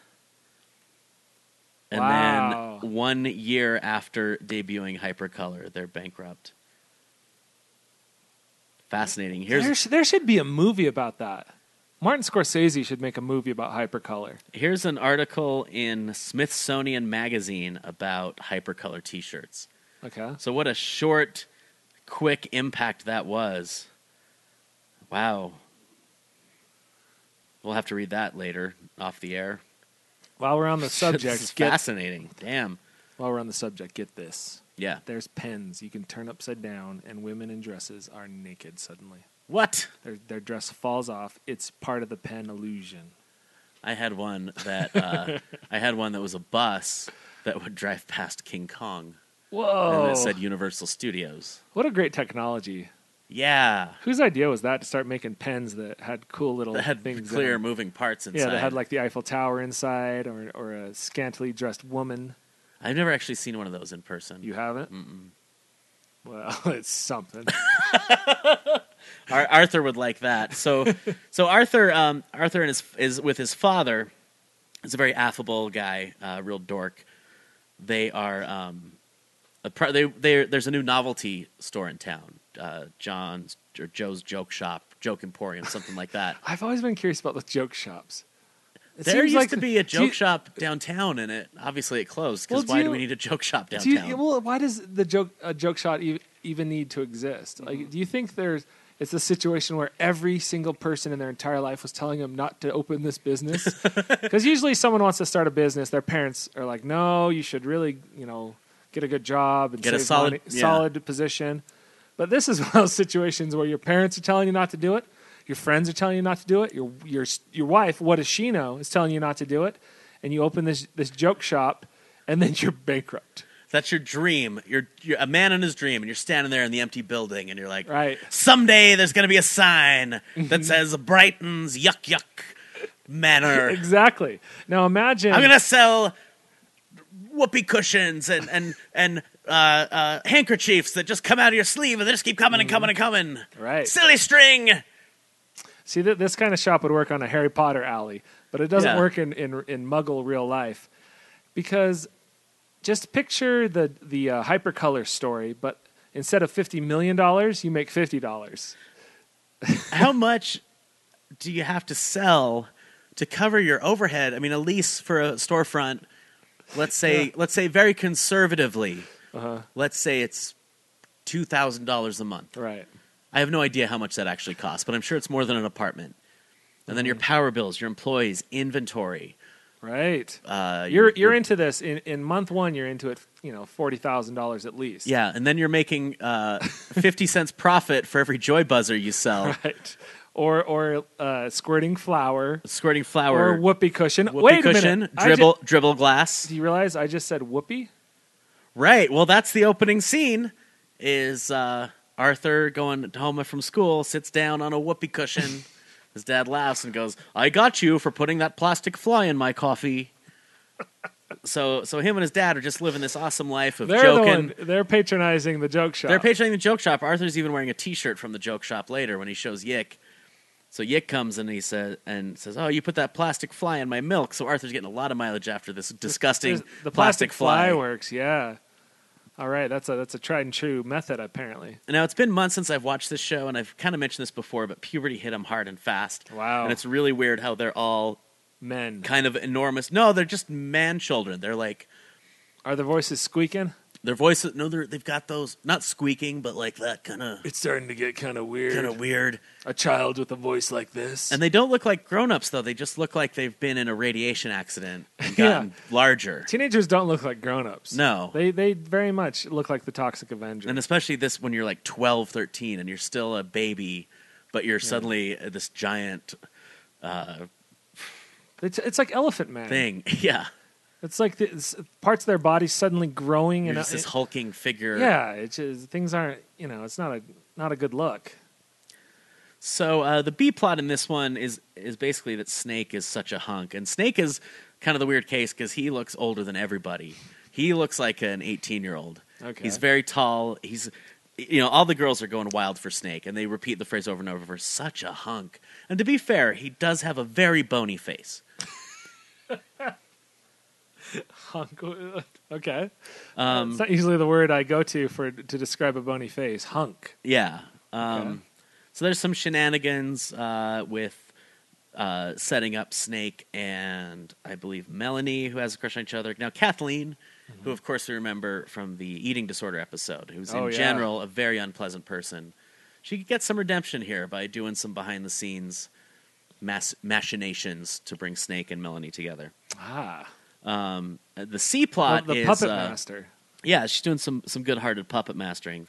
H: And
I: Wow.
H: then one year after debuting Hypercolor, they're bankrupt. Fascinating. Here's
I: there, sh- there should be a movie about that. Martin Scorsese should make a movie about hypercolor.
H: here's an article in Smithsonian Magazine about Hypercolor t-shirts.
I: Okay.
H: So what a short, quick impact that was. Wow. We'll have to read that later off the air.
I: While we're on the
H: This is
I: subject, get,
H: fascinating. Damn.
I: while we're on the subject, get this.
H: Yeah.
I: There's pens you can turn upside down, and women in dresses are naked suddenly.
H: What?
I: Their their dress falls off. It's part of the pen illusion.
H: I had one that uh, I had one that was a bus that would drive past King Kong and
I: Whoa!
H: it said Universal Studios.
I: what a great technology.
H: Yeah.
I: Whose idea was that to start making pens that had cool little
H: That had
I: things? in
H: clear
I: them?
H: moving parts inside.
I: Yeah, that had like the Eiffel Tower inside, or or a scantily dressed woman.
H: I've never actually seen one of those in person.
I: You haven't? Well, it's something.
H: Ar- Arthur would like that. So, so Arthur, um, Arthur and his is with his father. He's a very affable guy, uh, real dork. They are um, a pro- they they there's a new novelty store in town, uh, John's or Joe's Joke Shop, Joke Emporium, something like that.
I: I've always been curious about the joke shops. It
H: there
I: seems
H: used
I: like-
H: to be a
I: do you-
H: joke shop downtown, and it obviously it closed
I: Well,
H: because
I: do
H: why do
I: you-
H: we need a joke shop
I: Do you,
H: downtown?
I: well, why does the joke a joke shop e- even need to exist?
H: Mm-hmm.
I: Like, do you think there's it's a situation where every single person in their entire life was telling them not to open this business? Because usually, someone wants to start a business, their parents are like, "No, you should really, you know, get a good job and
H: Get a
I: save
H: solid-
I: money,
H: yeah.
I: solid position." But this is one of those situations where your parents are telling you not to do it, your friends are telling you not to do it, your your your wife, what does she know, is telling you not to do it, and you open this this joke shop, and then you're bankrupt.
H: That's your dream. You're, you're a man in his dream, and you're standing there in the empty building, and you're like,
I: Right. Mm-hmm.
H: someday there's going to be a sign that says Brighton's Yuck Yuck Manor.
I: Exactly. Now imagine.
H: I'm going to sell whoopee cushions and, and, and uh, uh, handkerchiefs that just come out of your sleeve, and they just keep coming and coming and coming.
I: Mm-hmm. Right.
H: Silly string.
I: See, th- this kind of shop would work on a Harry Potter alley, but it doesn't
H: Yeah.
I: work in, in, in Muggle real life because just picture the, the uh, hypercolor story, but instead of $50 million, you make $50.
H: how much do you have to sell to cover your overhead? I mean, a lease for a storefront, let's say, let's say very conservatively,
I: Uh-huh.
H: let's say it's two thousand dollars a month.
I: Right.
H: I have no idea how much that actually costs, but I'm sure it's more than an apartment. And then your
I: Mm-hmm.
H: power bills, your employees, inventory.
I: Right.
H: Uh,
I: you're,
H: your-
I: you're into this. In, in month one, you're into it, you know, $40,000 at least.
H: yeah, and then you're making uh, fifty cents profit for every joy buzzer you sell,
I: Right. Or, or uh, squirting flour.
H: squirting
I: Or
H: flour,
I: whoopee cushion.
H: whoopee
I: Wait a
H: cushion,
I: minute. I ju-
H: dribble, dribble glass.
I: do you realize I just said whoopee?
H: Right. Well, that's the opening scene. Is uh, Arthur going home from school? Sits down on a whoopee cushion. His dad laughs and goes, "I got you for putting that plastic fly in my coffee." so, so him and his dad are just living this awesome life of
I: They're
H: joking.
I: the one. They're patronizing the joke shop.
H: They're patroning the joke shop. Arthur's even wearing a T-shirt from the joke shop later when he shows Yick. So Yick comes and he says and says, "Oh, you put that plastic fly in my milk." So Arthur's getting a lot of mileage after this disgusting
I: There's- the plastic, fly works. Yeah. All right, that's a that's a tried and true method apparently.
H: Now it's been months since I've watched this show, and I've kind of mentioned this before, but puberty hit them hard and fast.
I: Wow.
H: And it's really weird how they're all
I: Men
H: kind of enormous. No, they're just man children. They're like
I: are the voices squeaking?
H: their voices. No, they're, they've got those not squeaking, but like that kind of
I: It's starting to get kind of weird.
H: kind of weird.
I: a child with a voice like this.
H: And they don't look like grown-ups though. They just look like they've been in a radiation accident and
I: Yeah.
H: gotten larger.
I: Teenagers don't look like grown-ups.
H: No.
I: They they very much look like the Toxic Avenger.
H: And especially this when you're like 12, 13, and you're still a baby, but you're suddenly uh, this giant
I: it's, it's like Elephant Man.
H: thing. Yeah.
I: It's like this, parts of their body suddenly growing
H: You're
I: and
H: just this hulking figure.
I: yeah, it's just, things aren't you know it's not a not a good look.
H: So uh, the B plot in this one is is basically that Snake is such a hunk, and Snake is kind of the weird case because he looks older than everybody. He looks like an eighteen year old.
I: Okay.
H: He's very tall. He's you know all the girls are going wild for Snake, and they repeat the phrase over and over. Such a hunk. And to be fair, he does have a very bony face.
I: Hunk. Okay.
H: Um,
I: it's not usually the word I go to for to describe a bony face. Hunk.
H: Yeah. Um,
I: Okay.
H: So there's some shenanigans uh, with uh, setting up Snake and I believe Melanie, who has a crush on each other. Now Kathleen, who of course we remember from the eating disorder episode, who's
I: Mm-hmm. Oh,
H: in
I: yeah.
H: general a very unpleasant person. She could get some redemption here by doing some behind the scenes mas- machinations to bring Snake and Melanie together.
I: Ah.
H: Um, the C
I: Well,
H: plot
I: the
H: is
I: puppet
H: uh,
I: master.
H: yeah, she's doing some some good-hearted puppet mastering.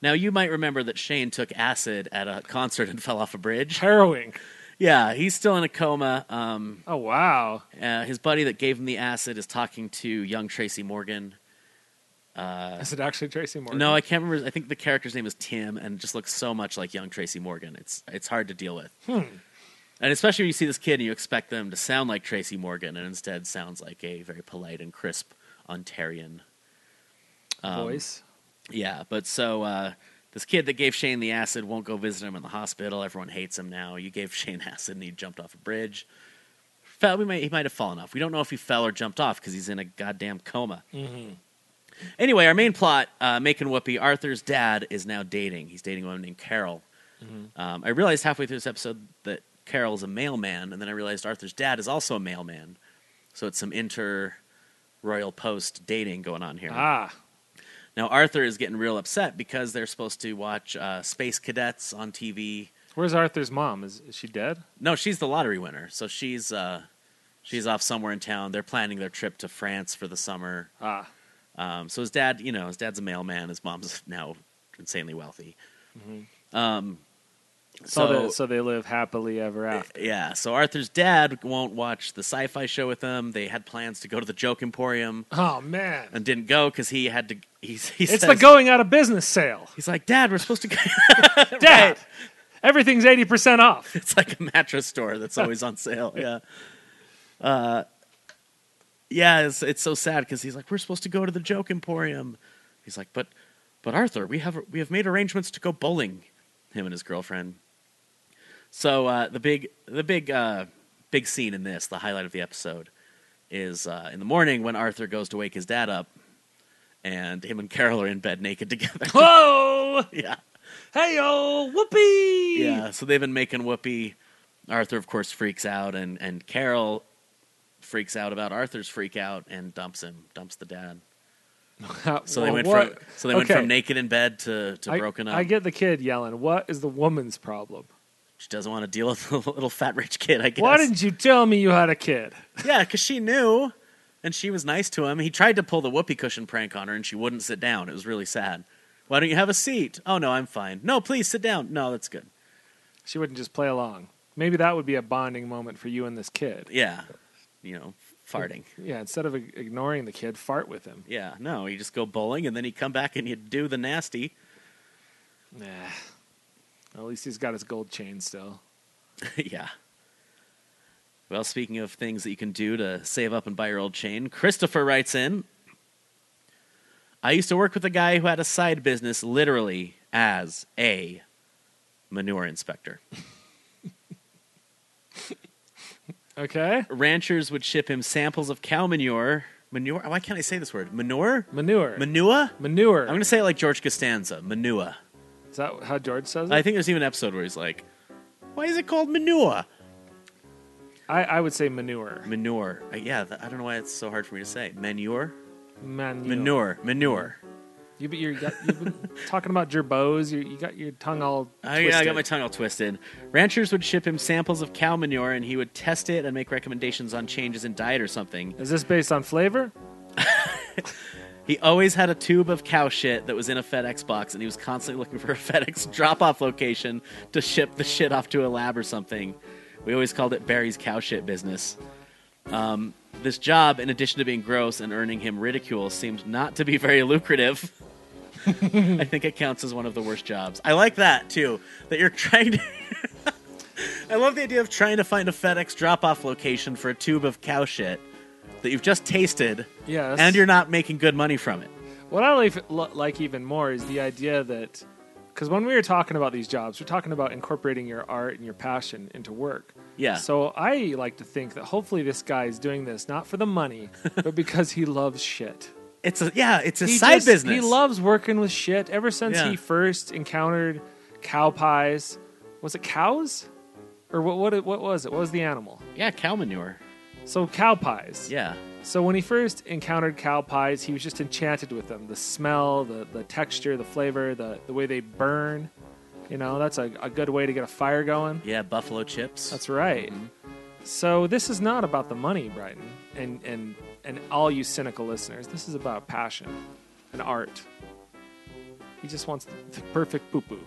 H: Now you might remember that Shane took acid at a concert and fell off a bridge.
I: Harrowing.
H: Yeah, he's still in a coma. Um,
I: Oh wow.
H: uh, his buddy that gave him the acid is talking to young Tracy Morgan.
I: Is it actually Tracy Morgan?
H: No, I can't remember. I think the character's name is Tim, and just looks so much like young Tracy Morgan. It's it's hard to deal with. And especially when you see this kid and you expect them to sound like Tracy Morgan, and instead sounds like a very polite and crisp Ontarian
I: voice.
H: Yeah, but so uh, this kid that gave Shane the acid won't go visit him in the hospital. Everyone hates him now. You gave Shane acid and he jumped off a bridge. Fell, we might, he might have fallen off. We don't know if he fell or jumped off because he's in a goddamn coma. Anyway, our main plot, uh, making Whoopi, Arthur's dad is now dating. He's dating a woman named Carol. Um, I realized halfway through this episode that Carol's a mailman, and then I realized Arthur's dad is also a mailman. So it's some inter royal post dating going on here.
I: Ah.
H: Now Arthur is getting real upset because they're supposed to watch uh, Space Cadets on TV.
I: Where's Arthur's mom? Is, is she dead?
H: No, she's the lottery winner, so she's uh, she's off somewhere in town. They're planning their trip to France for the summer.
I: Ah.
H: Um, so his dad, you
I: Mm-hmm.
H: know, his dad's a mailman. His mom's now insanely wealthy. Um,
I: So,
H: So-
I: Oh, they, so they live happily ever after.
H: Yeah, so Arthur's dad won't watch the sci fi show with them. They had plans to go to the Joke Emporium
I: Oh man,
H: and didn't go because he had to. He's, he
I: it's
H: says,
I: the going out of business sale.
H: He's like, Dad, we're supposed to go.
I: Dad, everything's eighty percent off.
H: it's like a mattress store that's always on sale. Yeah. Uh, yeah, it's, it's so sad because he's like, we're supposed to go to the Joke Emporium. He's like, but, but Arthur, we have we have made arrangements to go bowling. Him and his girlfriend. So uh, the big the big uh, big scene in this, the highlight of the episode, is uh, in the morning when Arthur goes to wake his dad up, and him and Carol are in bed naked together.
I: Whoa,
H: yeah.
I: hey yo, whoopee.
H: Yeah, so they've been making Whoopi. Arthur, of course, freaks out, and, and Carol freaks out about Arthur's freak out and dumps him, dumps the dad. So they
I: Well,
H: went
I: what-
H: from so they went
I: okay.
H: from naked in bed to, to
I: I,
H: broken up.
I: I get the kid yelling. What is the woman's problem?
H: she doesn't want to deal with the little fat rich kid. I guess.
I: Why didn't you tell me you had a kid?
H: yeah, because she knew, and she was nice to him. He tried to pull the whoopee cushion prank on her, and she wouldn't sit down. It was really sad. Why don't you have a seat? Oh no, I'm fine. No, please sit down. No, that's good.
I: She wouldn't just play along. Maybe that would be a bonding moment for you and this kid.
H: Yeah, you know, farting.
I: Yeah, instead of ig- ignoring the kid, fart with him.
H: Yeah, no, you just go bowling and then you come back and you do the nasty.
I: Nah. At least he's got his gold chain still.
H: yeah. Well, speaking of things that you can do to save up and buy your old chain, Christopher writes in I used to work with a guy who had a side business literally as a manure inspector.
I: Okay.
H: Ranchers would ship him samples of cow manure. Manure? Why can't I say this word? Manure?
I: Manure.
H: Manure?
I: Manure.
H: I'm going to say it like George Costanza. Manure.
I: Is that how George says it?
H: I think there's even an episode where he's like, Why is it called manure?
I: I, I would say manure.
H: Manure. Uh, yeah, th- I don't know why it's so hard for me to say. Manure?
I: Manure.
H: Manure. Manure.
I: You, be- you're, you got, you've been talking about gerbos. You, you got your tongue all
H: I, Oh, I
I: twisted.
H: got my tongue all twisted. Ranchers would ship him samples of cow manure and he would test it and make recommendations on changes in diet or something.
I: Is this based on flavor?
H: He always had a tube of cow shit that was in a FedEx box and he was constantly looking for a FedEx drop off location to ship the shit off to a lab or something. We always called it Barry's cow shit business. Um, this job, in addition to being gross and earning him ridicule, seemed not to be very lucrative. I think it counts as one of the worst jobs. I like that too, that you're trying to. I love the idea of trying to find a FedEx drop off location for a tube of cow shit that you've just tasted
I: Yes.
H: and you're not making good money from it.
I: What I like, lo- like even more is the idea that, because when we were talking about these jobs, we're talking about incorporating your art and your passion into work.
H: Yeah.
I: So I like to think that hopefully this guy is doing this not for the money, but because he loves shit.
H: It's a yeah, it's a
I: He
H: side
I: just-
H: business.
I: He loves working with shit. Ever since
H: Yeah.
I: he first encountered cow pies, was it cows, or what? What? What was it? What was the animal?
H: yeah, cow manure.
I: So cow pies.
H: Yeah.
I: So when he first encountered cow pies, he was just enchanted with them. The smell, the, the texture, the flavor, the, the way they burn. You know, that's a, a good way to get a fire going.
H: Yeah, buffalo chips.
I: That's right. So this is not about the money, Brighton, and, and, and all you cynical listeners. This is about passion and art. He just wants the perfect poo poo.